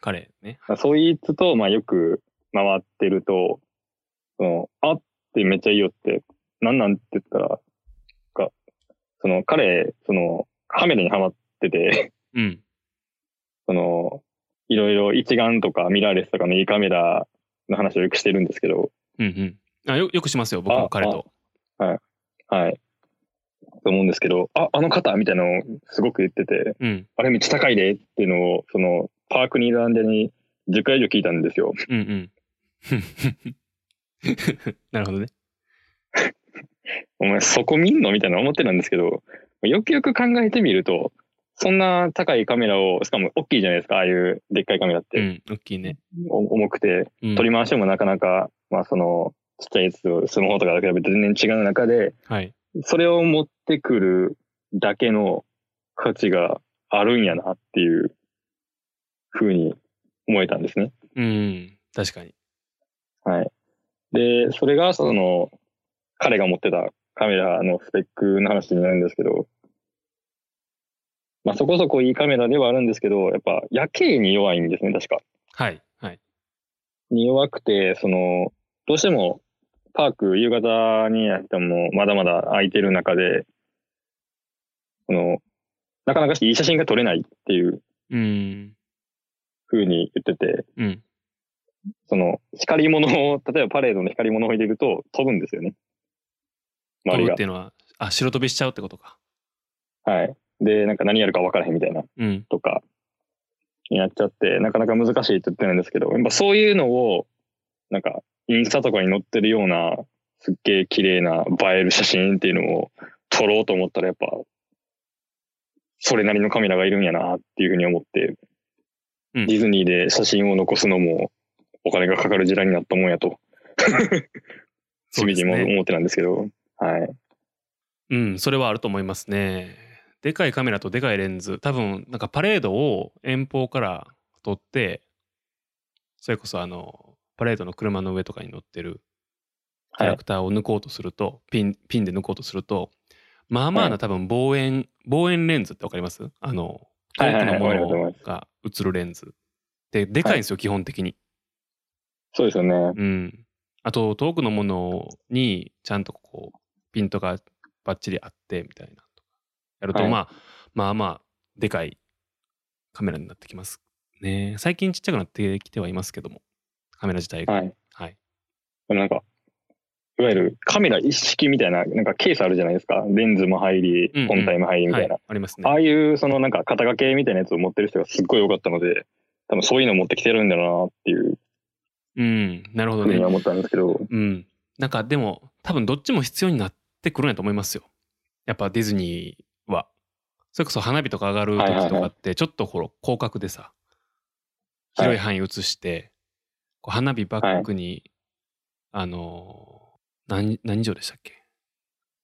Speaker 1: 彼ね。
Speaker 2: まあそいつと、まあ、よく回ってると、その、あってめっちゃいいよって、なんなんって言ったら、かその、彼、その、カメラにハマってて、
Speaker 1: うん。
Speaker 2: その、いろいろ一眼とかミラーレスとかのいいカメラの話をよくしてるんですけど、
Speaker 1: うんうん。あよよくしますよ、僕も彼と。
Speaker 2: はい。と思うんですけど、あ、あの方みたいなのをすごく言ってて、
Speaker 1: うん。
Speaker 2: あれめっちゃ高いでっていうのを、その、パークにいる間に10回以上聞いたんですよ。
Speaker 1: うんうん。 なるほどね。
Speaker 2: お前そこ見んのみたいな思ってたんですけど、よくよく考えてみると、そんな高いカメラを、しかも大きいじゃないですか、ああいうでっかいカメラっ
Speaker 1: う
Speaker 2: て。
Speaker 1: ん。大きいね。
Speaker 2: お重くて、
Speaker 1: うん、
Speaker 2: 取り回してもなかなか、まあその、ちっちゃいやつをスマホとかと比べて全然違う中で、
Speaker 1: はい。
Speaker 2: それを持ってくるだけの価値があるんやなっていうふうに思えたんですね。
Speaker 1: うん。確かに。
Speaker 2: はい。で、それが、その、彼が持ってたカメラのスペックの話になるんですけど、まあそこそこいいカメラではあるんですけど、やっぱ夜景に弱いんですね、確か。
Speaker 1: はい。はい。
Speaker 2: に弱くて、その、どうしても、パーク、夕方にやっても、まだまだ空いてる中で、その、なかなかいい写真が撮れないっていう
Speaker 1: うん。
Speaker 2: 風に言ってて、
Speaker 1: うん。
Speaker 2: その、光り物を、例えばパレードの光り物を入れると飛ぶんですよね。
Speaker 1: 撮
Speaker 2: 周り
Speaker 1: る
Speaker 2: が
Speaker 1: って。いうのは、あ、白飛びしちゃうってことか。
Speaker 2: はい。で、なんか何やるか分からへんみたいな、
Speaker 1: うん。
Speaker 2: とか、になっちゃって、なかなか難しいって言ってるんですけど、やっぱそういうのを、なんか、インスタとかに載ってるような、すっげえ綺麗な映える写真っていうのを撮ろうと思ったら、やっぱ、それなりのカメラがいるんやなっていうふうに思って、
Speaker 1: うん
Speaker 2: ディズニーで写真を残すのもお金がかかる時代になったもんやと、
Speaker 1: そうです
Speaker 2: にも
Speaker 1: ね。
Speaker 2: 思ってたんですけど、はい。
Speaker 1: うん、それはあると思いますね。でかいカメラとでかいレンズ、多分、なんかパレードを遠方から撮って、それこそあの、パレードの車の上とかに乗ってるキャ
Speaker 2: は
Speaker 1: ラ
Speaker 2: い。
Speaker 1: クターを抜こうとすると、ピン、ピンで抜こうとすると、まあまあ
Speaker 2: は
Speaker 1: な多分望遠、望遠レンズってわかりますあの、
Speaker 2: は
Speaker 1: 遠
Speaker 2: いは
Speaker 1: く
Speaker 2: い
Speaker 1: の
Speaker 2: はい
Speaker 1: も
Speaker 2: わかり
Speaker 1: の
Speaker 2: ます
Speaker 1: が映るレンズ。で、でかいんですよ、基本的に。
Speaker 2: そうですよね。
Speaker 1: うん。あと、遠くのものに、ちゃんとこう、ピントがバッチリあって、みたいな。やると、
Speaker 2: はい
Speaker 1: まあ、まあまあ、でかいカメラになってきますね。最近ちっちゃくなってきてはいますけども、カメラ自体が。
Speaker 2: はい。
Speaker 1: はい。
Speaker 2: でもなんか、いわゆるカメラ一式みたいな、なんかケースあるじゃないですか。レンズも入り
Speaker 1: うんうん、
Speaker 2: 本体も入りみ
Speaker 1: は
Speaker 2: たい
Speaker 1: い
Speaker 2: な。。
Speaker 1: あります
Speaker 2: あ
Speaker 1: ね。
Speaker 2: あいう、そのなんか肩掛けみたいなやつを持ってる人がすっごい多かったので、多分そういうの持ってきてるんだろうなっていう
Speaker 1: うん。なるほ
Speaker 2: ふ
Speaker 1: ど
Speaker 2: う
Speaker 1: ね
Speaker 2: に。は思ったんですけど、
Speaker 1: うん。なんかでも、多分どっちも必要になってくるんやと思いますよ。やっぱディズニーは。それこそ花火とか上がる
Speaker 2: はいはいは
Speaker 1: 時
Speaker 2: い
Speaker 1: とかって、ちょっとほら、広角でさ、
Speaker 2: はい
Speaker 1: 広い範囲映して、こう花火バックに、あのー何、何城でしたっけ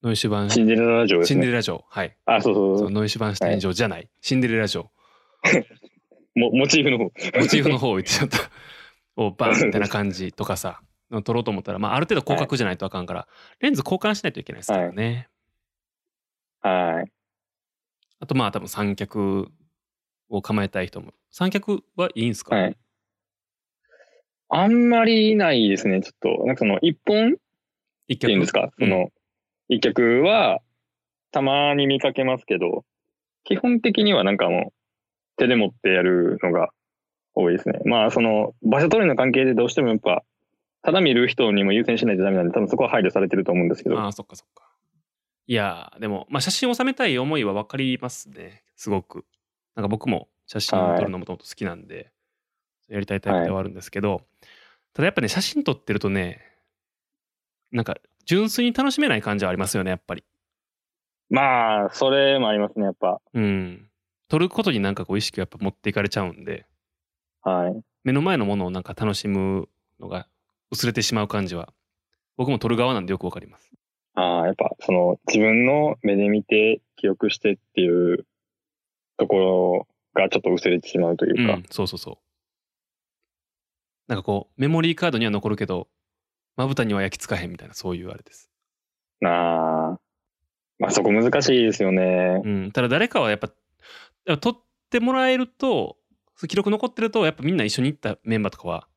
Speaker 1: ノイシュバン、
Speaker 2: シンデレララ城です
Speaker 1: シンデ
Speaker 2: ね。
Speaker 1: レラ城。はい。
Speaker 2: あ、そうそう
Speaker 1: そ
Speaker 2: そう
Speaker 1: ノイシュバンシュタイン城じゃない。シンデレラ城。
Speaker 2: う。もモチーフの方。
Speaker 1: モチーフの方を言ってちゃった。 をバーンみたいな感じとかさ、の撮ろうと思ったら、まあ、ある程度広角じゃないとあかんから、レンズ交換しないといけないですからね。
Speaker 2: はい。
Speaker 1: あとまあ多分三脚を構えたい人も。三脚はいいんすか、
Speaker 2: はい。あんまりいないですね、ちょっと。なんかその、一本っ
Speaker 1: 一
Speaker 2: て
Speaker 1: 脚
Speaker 2: いうんですか、
Speaker 1: うん
Speaker 2: その、一脚は、たまに見かけますけど、基本的にはなんかもう、手で持ってやるのが多いですね。まあ、その、場所取りの関係でどうしてもやっぱ、ただ見る人にも優先しないとダメなんで、多分そこは配慮されてると思うんですけど。
Speaker 1: ああ、そっかそっか。いやー、でも、まあ写真を収めたい思いは分かりますね。すごく。なんか僕も写真を撮るのもともと好きなんで、やりたいタイプではあるんですけど、ただやっぱね、写真撮ってるとね、なんか純粋に楽しめない感じはありますよね、やっぱり。
Speaker 2: まあ、それもありますね、やっぱ。
Speaker 1: うん。撮ることになんかこう意識をやっぱ持っていかれちゃうんで。
Speaker 2: はい。
Speaker 1: 目の前のものをなんか楽しむのが薄れてしまう感じは僕も撮る側なんでよくわかります
Speaker 2: ああ、やっぱ、その、自分の目で見て、記憶してっていうところがちょっと薄れてしまうというか。
Speaker 1: うんそうそうそうなんかこうメモリーカードには残るけどまぶたには焼き付かへんみたいなそういうあれです、
Speaker 2: ああ。まあ、そこ難しいですよね。
Speaker 1: うん、ただ誰かはやっぱやっぱ撮ってもらえると記録残ってるとやっぱみんな一緒に行ったメンバーとかは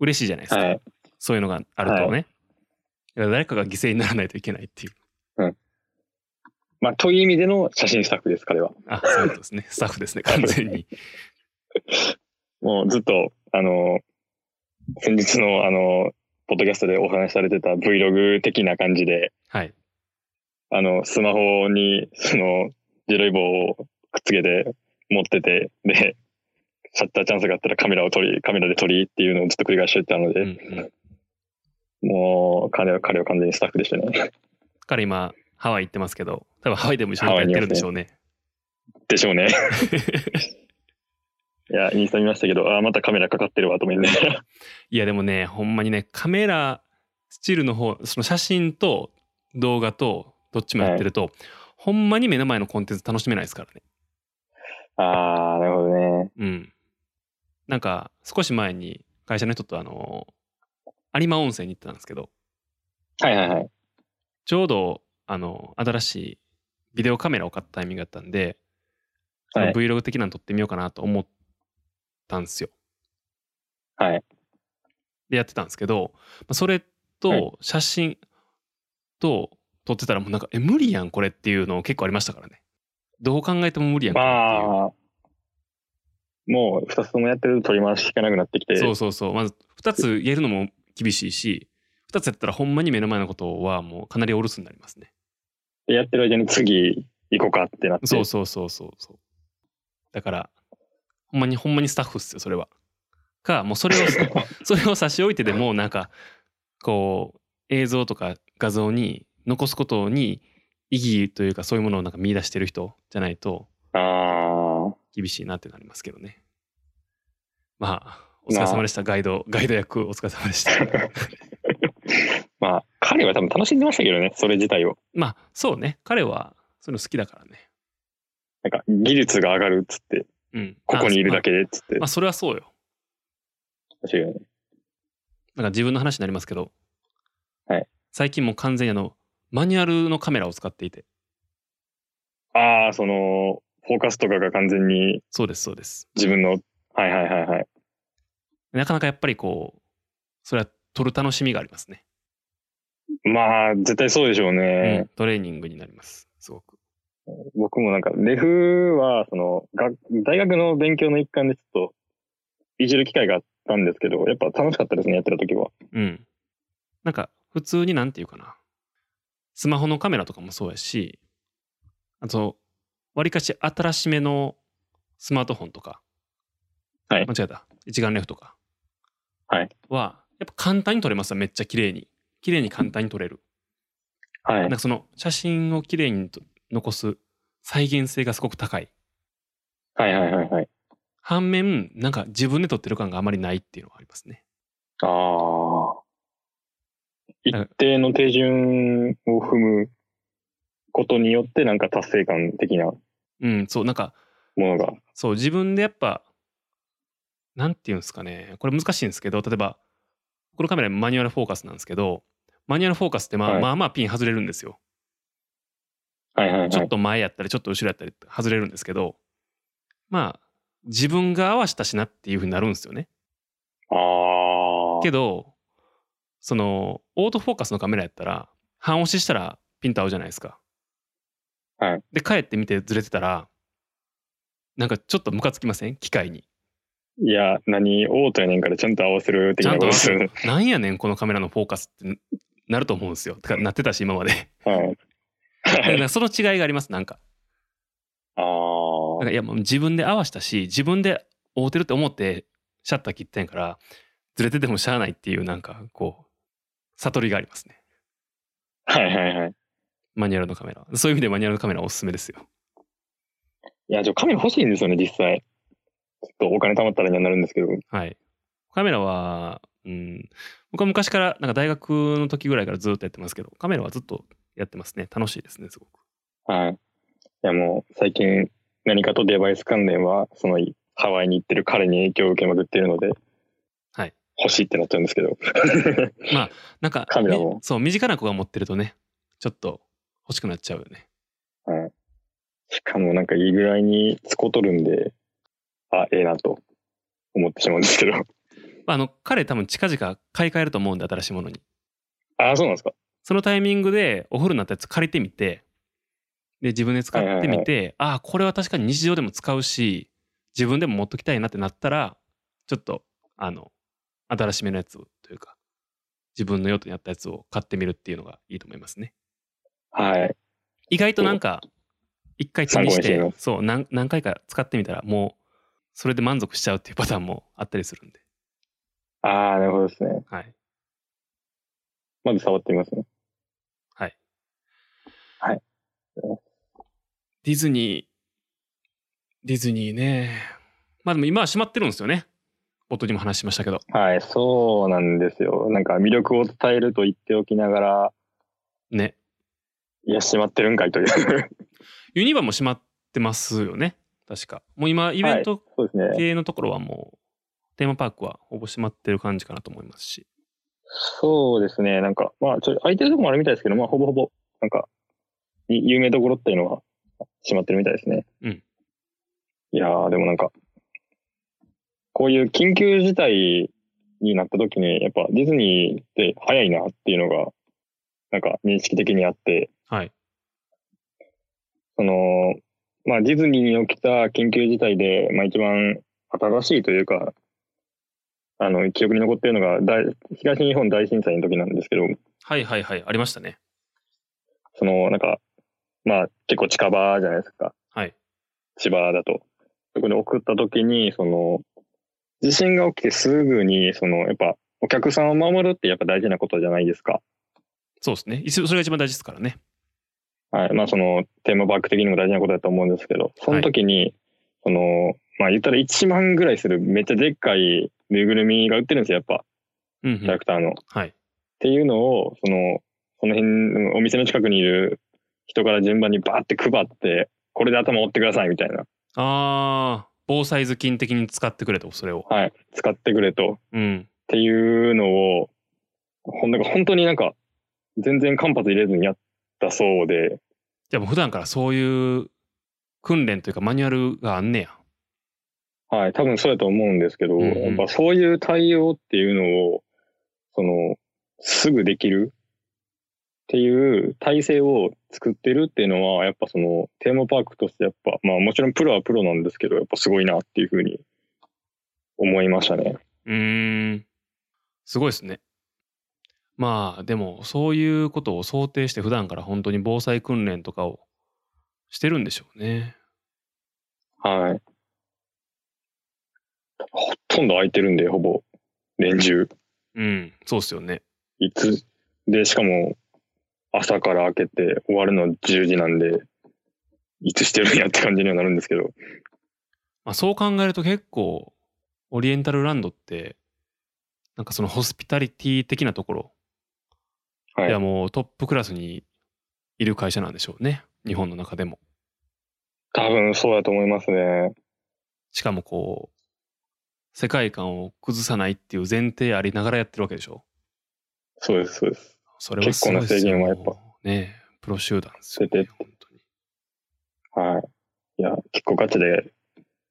Speaker 1: 嬉しいじゃないですか、
Speaker 2: はい。
Speaker 1: そういうのがあるとね、だから誰かが犠牲にならないといけないっていう
Speaker 2: まあ、という意味での写真スタッフです、彼は。
Speaker 1: あそういうことです ねスタッフですね完全に
Speaker 2: もうずっと、あの、先日の、あの、ポッドキャストでお話しされてた Vlog 的な感じで、
Speaker 1: はい
Speaker 2: あの、スマホに、その、ジェロイ棒をくっつけて持ってて、で、シャッターチャンスがあったらカメラを撮り、カメラで撮りっていうのをずっと繰り返していったので、
Speaker 1: うんうん
Speaker 2: もう、彼は、彼は完全にスタッフでしたね。
Speaker 1: 彼今ハワイ行ってますけど多分ハワイでも一緒にやってるんでしょうね
Speaker 2: でしょうね。いや、インスタ見ましたけど、あーまたカメラかかってるわと思いながら。
Speaker 1: いやでもねほんまにねカメラスチールの方その写真と動画とどっちもやってると、ほんまに目の前のコンテンツ楽しめないですからね
Speaker 2: ああ、なるほどね。
Speaker 1: うんなんか少し前に会社の人とあの有馬温泉に行ってたんですけど
Speaker 2: はいはいはい。
Speaker 1: ちょうどあの新しいビデオカメラを買ったタイミングだったんで、その
Speaker 2: はい
Speaker 1: Vlog 的なの撮ってみようかなと思ったんですよ
Speaker 2: はい。
Speaker 1: でやってたんですけど、まあそれ
Speaker 2: はい
Speaker 1: と写真と撮ってたらもうなんか、え、無理やん、これっていうの結構ありましたからね。どう考えても無理やんかっていう
Speaker 2: まあ、もう二つともやってると取り回し効かなくなってきて、
Speaker 1: そうそうそう。まず2つやるのも厳しいし、2つやったらほんまに目の前のことはもうかなりお留守になりますね。
Speaker 2: でやってる間に次行こうかってなって、
Speaker 1: そうそうそうそうそう。だから、ほんまにほんまにスタッフっすよ、それは。か、もうそれ を、それを差し置いてでも、なんか、こう、映像とか画像に残すことに意義というか、そういうものをなんか見出してる人じゃないと
Speaker 2: ああ、
Speaker 1: 厳しいなってなりますけどね。まあ、お疲れ様でした。ガイド、ガイド役お疲れ様で した。
Speaker 2: まあ、彼は多分楽しんでましたけどね、それ自体を。
Speaker 1: まあそうね彼はそういうの好きだからね
Speaker 2: なんか、技術が上がるっつって、
Speaker 1: うん
Speaker 2: ここにいるだ
Speaker 1: け
Speaker 2: けでっつって
Speaker 1: まあ、、それはそうよ
Speaker 2: 確かに
Speaker 1: なんか自分の話になりますけど、
Speaker 2: はい
Speaker 1: 最近もう完全にあのマニュアルのカメラを使っていて
Speaker 2: ああ、その、フォーカスとかが完全に
Speaker 1: そうですそうです
Speaker 2: 自分の、はいはいはいはい。
Speaker 1: なかなかやっぱりこうそれは撮る楽しみがありますね、
Speaker 2: まあ、絶対そうでしょうね。
Speaker 1: うんトレーニングになりますすごく
Speaker 2: 僕もなんか、レフは、その、が大学の勉強の一環でちょっと、いじる機会があったんですけど、やっぱ楽しかったですね、やってた時は。
Speaker 1: うんなんか普通になんていうかなスマホのカメラとかもそうやしあとわりかし新しめのスマートフォンとか、
Speaker 2: はい
Speaker 1: 間違えた一眼レフとか
Speaker 2: はい
Speaker 1: はやっぱ簡単に撮れますわめっちゃ綺麗に綺麗に簡単に撮れる、
Speaker 2: は
Speaker 1: なん
Speaker 2: い。
Speaker 1: かその写真を綺麗にと残す再現性がすごく高い
Speaker 2: はいはいはいはい。
Speaker 1: 反面なんか自分で撮ってる感があまりないっていうのはありますね
Speaker 2: ああ。
Speaker 1: なん
Speaker 2: 一
Speaker 1: か
Speaker 2: 定の手順を踏むことによって、なんか達成感的なも
Speaker 1: うんそうなんか
Speaker 2: のが。
Speaker 1: そう自分でやっぱなんていうんですかねこれ難しいんですけど例えばこのカメラマニュアルフォーカスなんですけどマニュアルフォーカスってまあ,、
Speaker 2: はい
Speaker 1: まあまあピン外れるんですよ
Speaker 2: はいはいはい。
Speaker 1: ちょっと前やったりちょっと後ろやったりって外れるんですけどまあ自分が合わしたしなっていうふうになるんですよね
Speaker 2: ああ。
Speaker 1: けどそのオートフォーカスのカメラやったら半押ししたらピント合うじゃないですか
Speaker 2: はい
Speaker 1: で帰ってみてずれてたらなんかちょっとムカつきません機械に
Speaker 2: いや、何、オートやねんからちゃんと合わせる的
Speaker 1: ちゃ
Speaker 2: なんこと
Speaker 1: 合わ
Speaker 2: とす
Speaker 1: せ
Speaker 2: る
Speaker 1: る。なんやねんこのカメラのフォーカスってなると思うんですよ。てかなってたし今まで。
Speaker 2: はい。
Speaker 1: だ からその違いがありますなんか。
Speaker 2: ああ。
Speaker 1: なんかいやもう自分で合わしたし自分で合うてるって思ってシャッター切ってんやからずれててもしゃあないっていうなんかこう悟りがありますね。
Speaker 2: はいはいはい。
Speaker 1: マニュアルのカメラ。そういう意味でマニュアルのカメラおすすめですよ。
Speaker 2: いや、ちょ、カメラ欲しいんですよね、実際。ちょっとお金貯まったらにはなるんですけど。
Speaker 1: はい。カメラは、うん、僕は昔からなんか大学の時ぐらいからずっとやってますけどカメラはずっとやってますね。楽しいですねすごく。
Speaker 2: はい。いや、もう、最近、何かとデバイス関連は、その、ハワイに行ってる彼に影響を受けまくっているので、
Speaker 1: はい。
Speaker 2: 欲しいってなっちゃうんですけど。
Speaker 1: なんか、
Speaker 2: カメラ
Speaker 1: ね
Speaker 2: も
Speaker 1: そう、身近な子が持ってるとね、ちょっと欲しくなっちゃうよね。
Speaker 2: はい。しかも、なんか、いいぐらいに、つことるんで、あ、ええなと、思ってしまうんですけど。
Speaker 1: まあ、あの、彼多分近々買い替えると思うんで、新しいものに。
Speaker 2: あ、そうなんですか。
Speaker 1: そのタイミングでお風呂になったやつ借りてみて、で、自分で使ってみて、ああ、これは確かに日常でも使うし、自分でも持っときたいなってなったら、ちょっと、あの、新しめのやつというか、自分の用途に合ったやつを買ってみるっていうのがいいと思いますね。
Speaker 2: はい。
Speaker 1: 意外となんか一回試し
Speaker 2: 参考にして
Speaker 1: て
Speaker 2: みま
Speaker 1: そう何何回か使ってみたらもうそれで満足しちゃうっていうパターンもあったりするんで、
Speaker 2: あー、なるほどですね。
Speaker 1: はい、
Speaker 2: まず触ってみますね。
Speaker 1: ディズニーディズニーねまあでも今は閉まってるんですよね冒頭にも話しましたけど
Speaker 2: はい、そうなんですよ。なんか、魅力を伝えると言っておきながら、
Speaker 1: ね
Speaker 2: いや、しまってるんかいという。
Speaker 1: ユニバも閉まってますよね確かもう今イベント
Speaker 2: そうですね。
Speaker 1: 系のところはもうテーマパークはほぼ閉まってる感じかなと思いますし
Speaker 2: そうですね。なんか、まあ、ちょ、空いてるとこもあるみたいですけど、まあ、ほぼほぼ、なんか、に有名どころっていうのは、閉まってるみたいですね。
Speaker 1: うん。
Speaker 2: いやー、でもなんか、こういう緊急事態になった時に、やっぱディズニーって早いなっていうのが、なんか認識的にあって、
Speaker 1: はい
Speaker 2: その、まあ、ディズニーに起きた緊急事態で、まあ、一番新しいというか、あの、記憶に残ってるのが大、東日本大震災の時なんですけど、
Speaker 1: はいはいはい、ありましたね。
Speaker 2: その、なんか、まあ、結構近場じゃないですか。
Speaker 1: はい。
Speaker 2: 千葉だと。そこに送った時に、その、地震が起きてすぐに、その、やっぱ、お客さんを守るってやっぱ大事なことじゃないですか。
Speaker 1: そうですね。一応それが一番大事ですからね。
Speaker 2: はい。まあ、その、テーマパーク的にも大事なことだと思うんですけど、その時に、その、まあ、言ったら1万ぐらいする、めっちゃでっかいぬいぐるみが売ってるんですよ、やっぱ、
Speaker 1: うん、う
Speaker 2: キャラ
Speaker 1: ん。
Speaker 2: クターの。っ
Speaker 1: はい。
Speaker 2: ていうのを、その、その辺、お店の近くにいる人から順番にバーって配って、これで頭折ってください、みたいな。
Speaker 1: ああ、防災頭巾的に使ってくれと、それを。
Speaker 2: はい。使ってくれと。
Speaker 1: うん。
Speaker 2: っていうのを、ほんなんか本当になんか、全然間髪入れずにやったそうで、
Speaker 1: じゃあもう普段からそういう訓練というかマニュアルがあんねや。
Speaker 2: はい、多分そうやと思うんですけど、
Speaker 1: うんうん
Speaker 2: やっぱそういう対応っていうのを、その、すぐできるっていう体制を作ってるっていうのは、やっぱその、テーマパークとしてやっぱ、まあもちろんプロはプロなんですけど、やっぱすごいなっていうふうに思いましたね。
Speaker 1: うーん。すごいですね。まあでもそういうことを想定して普段から本当に防災訓練とかをしてるんでしょうね。
Speaker 2: はい。ほとんど空いてるんで、ほぼ、年中。
Speaker 1: うん。そうっすよね。
Speaker 2: いつ、で、しかも、朝から開けて終わるの10時なんで、いつしてるんやって感じにはなるんですけど。
Speaker 1: まあ、そう考えると結構オリエンタルランドってなんかそのホスピタリティ的なところ、、
Speaker 2: はいい。
Speaker 1: やもうトップクラスにいる会社なんでしょうね日本の中でも
Speaker 2: 多分そうだと思いますね。
Speaker 1: しかもこう世界観を崩さないっていう前提ありながらやってるわけでしょ
Speaker 2: そうです、そうです。
Speaker 1: それはすごいですよ
Speaker 2: 結構な制限はやっぱ
Speaker 1: ねえプロ集団ですよね
Speaker 2: 出て
Speaker 1: 本当に
Speaker 2: はい。いや、結構ガチで、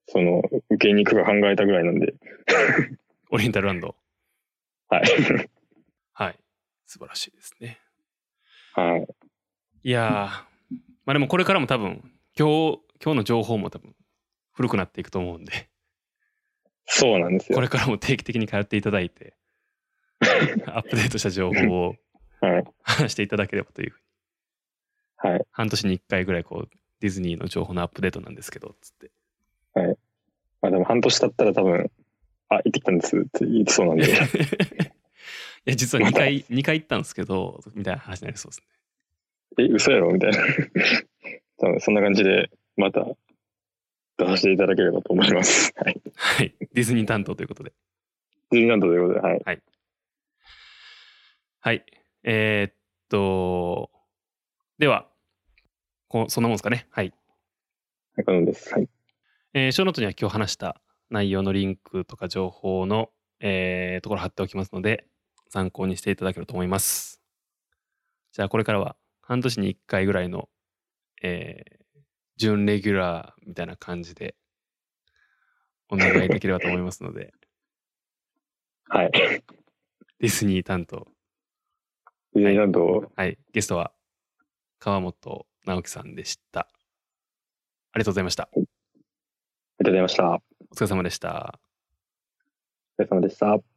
Speaker 2: その、受けに行くか考えたぐらいなんで。
Speaker 1: オリエンタルランド
Speaker 2: はい。
Speaker 1: はい素晴らしいですね
Speaker 2: はい。
Speaker 1: いやーまあでもこれからも多分今日今日の情報も多分古くなっていくと思うん で
Speaker 2: そうなんです
Speaker 1: こ
Speaker 2: よ。
Speaker 1: れからも定期的に通っていただい て、アップデートした情報を
Speaker 2: はい。
Speaker 1: 話していただければというふうに。
Speaker 2: はい
Speaker 1: 半年に1回ぐらいこうディズニーの情報のアップデートなんですけど、つって。
Speaker 2: まあでも半年経ったら多分、あ、行ってきたんですって言いそうなん
Speaker 1: い
Speaker 2: で。
Speaker 1: や、実は2回、二回行ったんですけど、みたいな話になりそうですね。
Speaker 2: え、嘘やろみたいな。 多分そんな感じで、また、出させていただければと思います。 はい。
Speaker 1: はい。ディズニー担当ということで。
Speaker 2: ディズニーランドということで、はい。
Speaker 1: はい。えーっと、では、こそんなもんですかね。はい。
Speaker 2: 中野です。はい。
Speaker 1: えー、ショーノートには今日話した内容のリンクとか情報の、えーところ貼っておきますので、参考にしていただけると思います。じゃあ、これからは半年に1回ぐらいの、えー、準レギュラーみたいな感じで、お願いできればと思いますので、
Speaker 2: はい。デ
Speaker 1: ディズニー担当、
Speaker 2: ィズニーランド、
Speaker 1: はい、ゲストは川本直樹さんでした。ありがとうございました。
Speaker 2: ありがとうございました。お疲
Speaker 1: お疲れ様でした。
Speaker 2: れ様でした。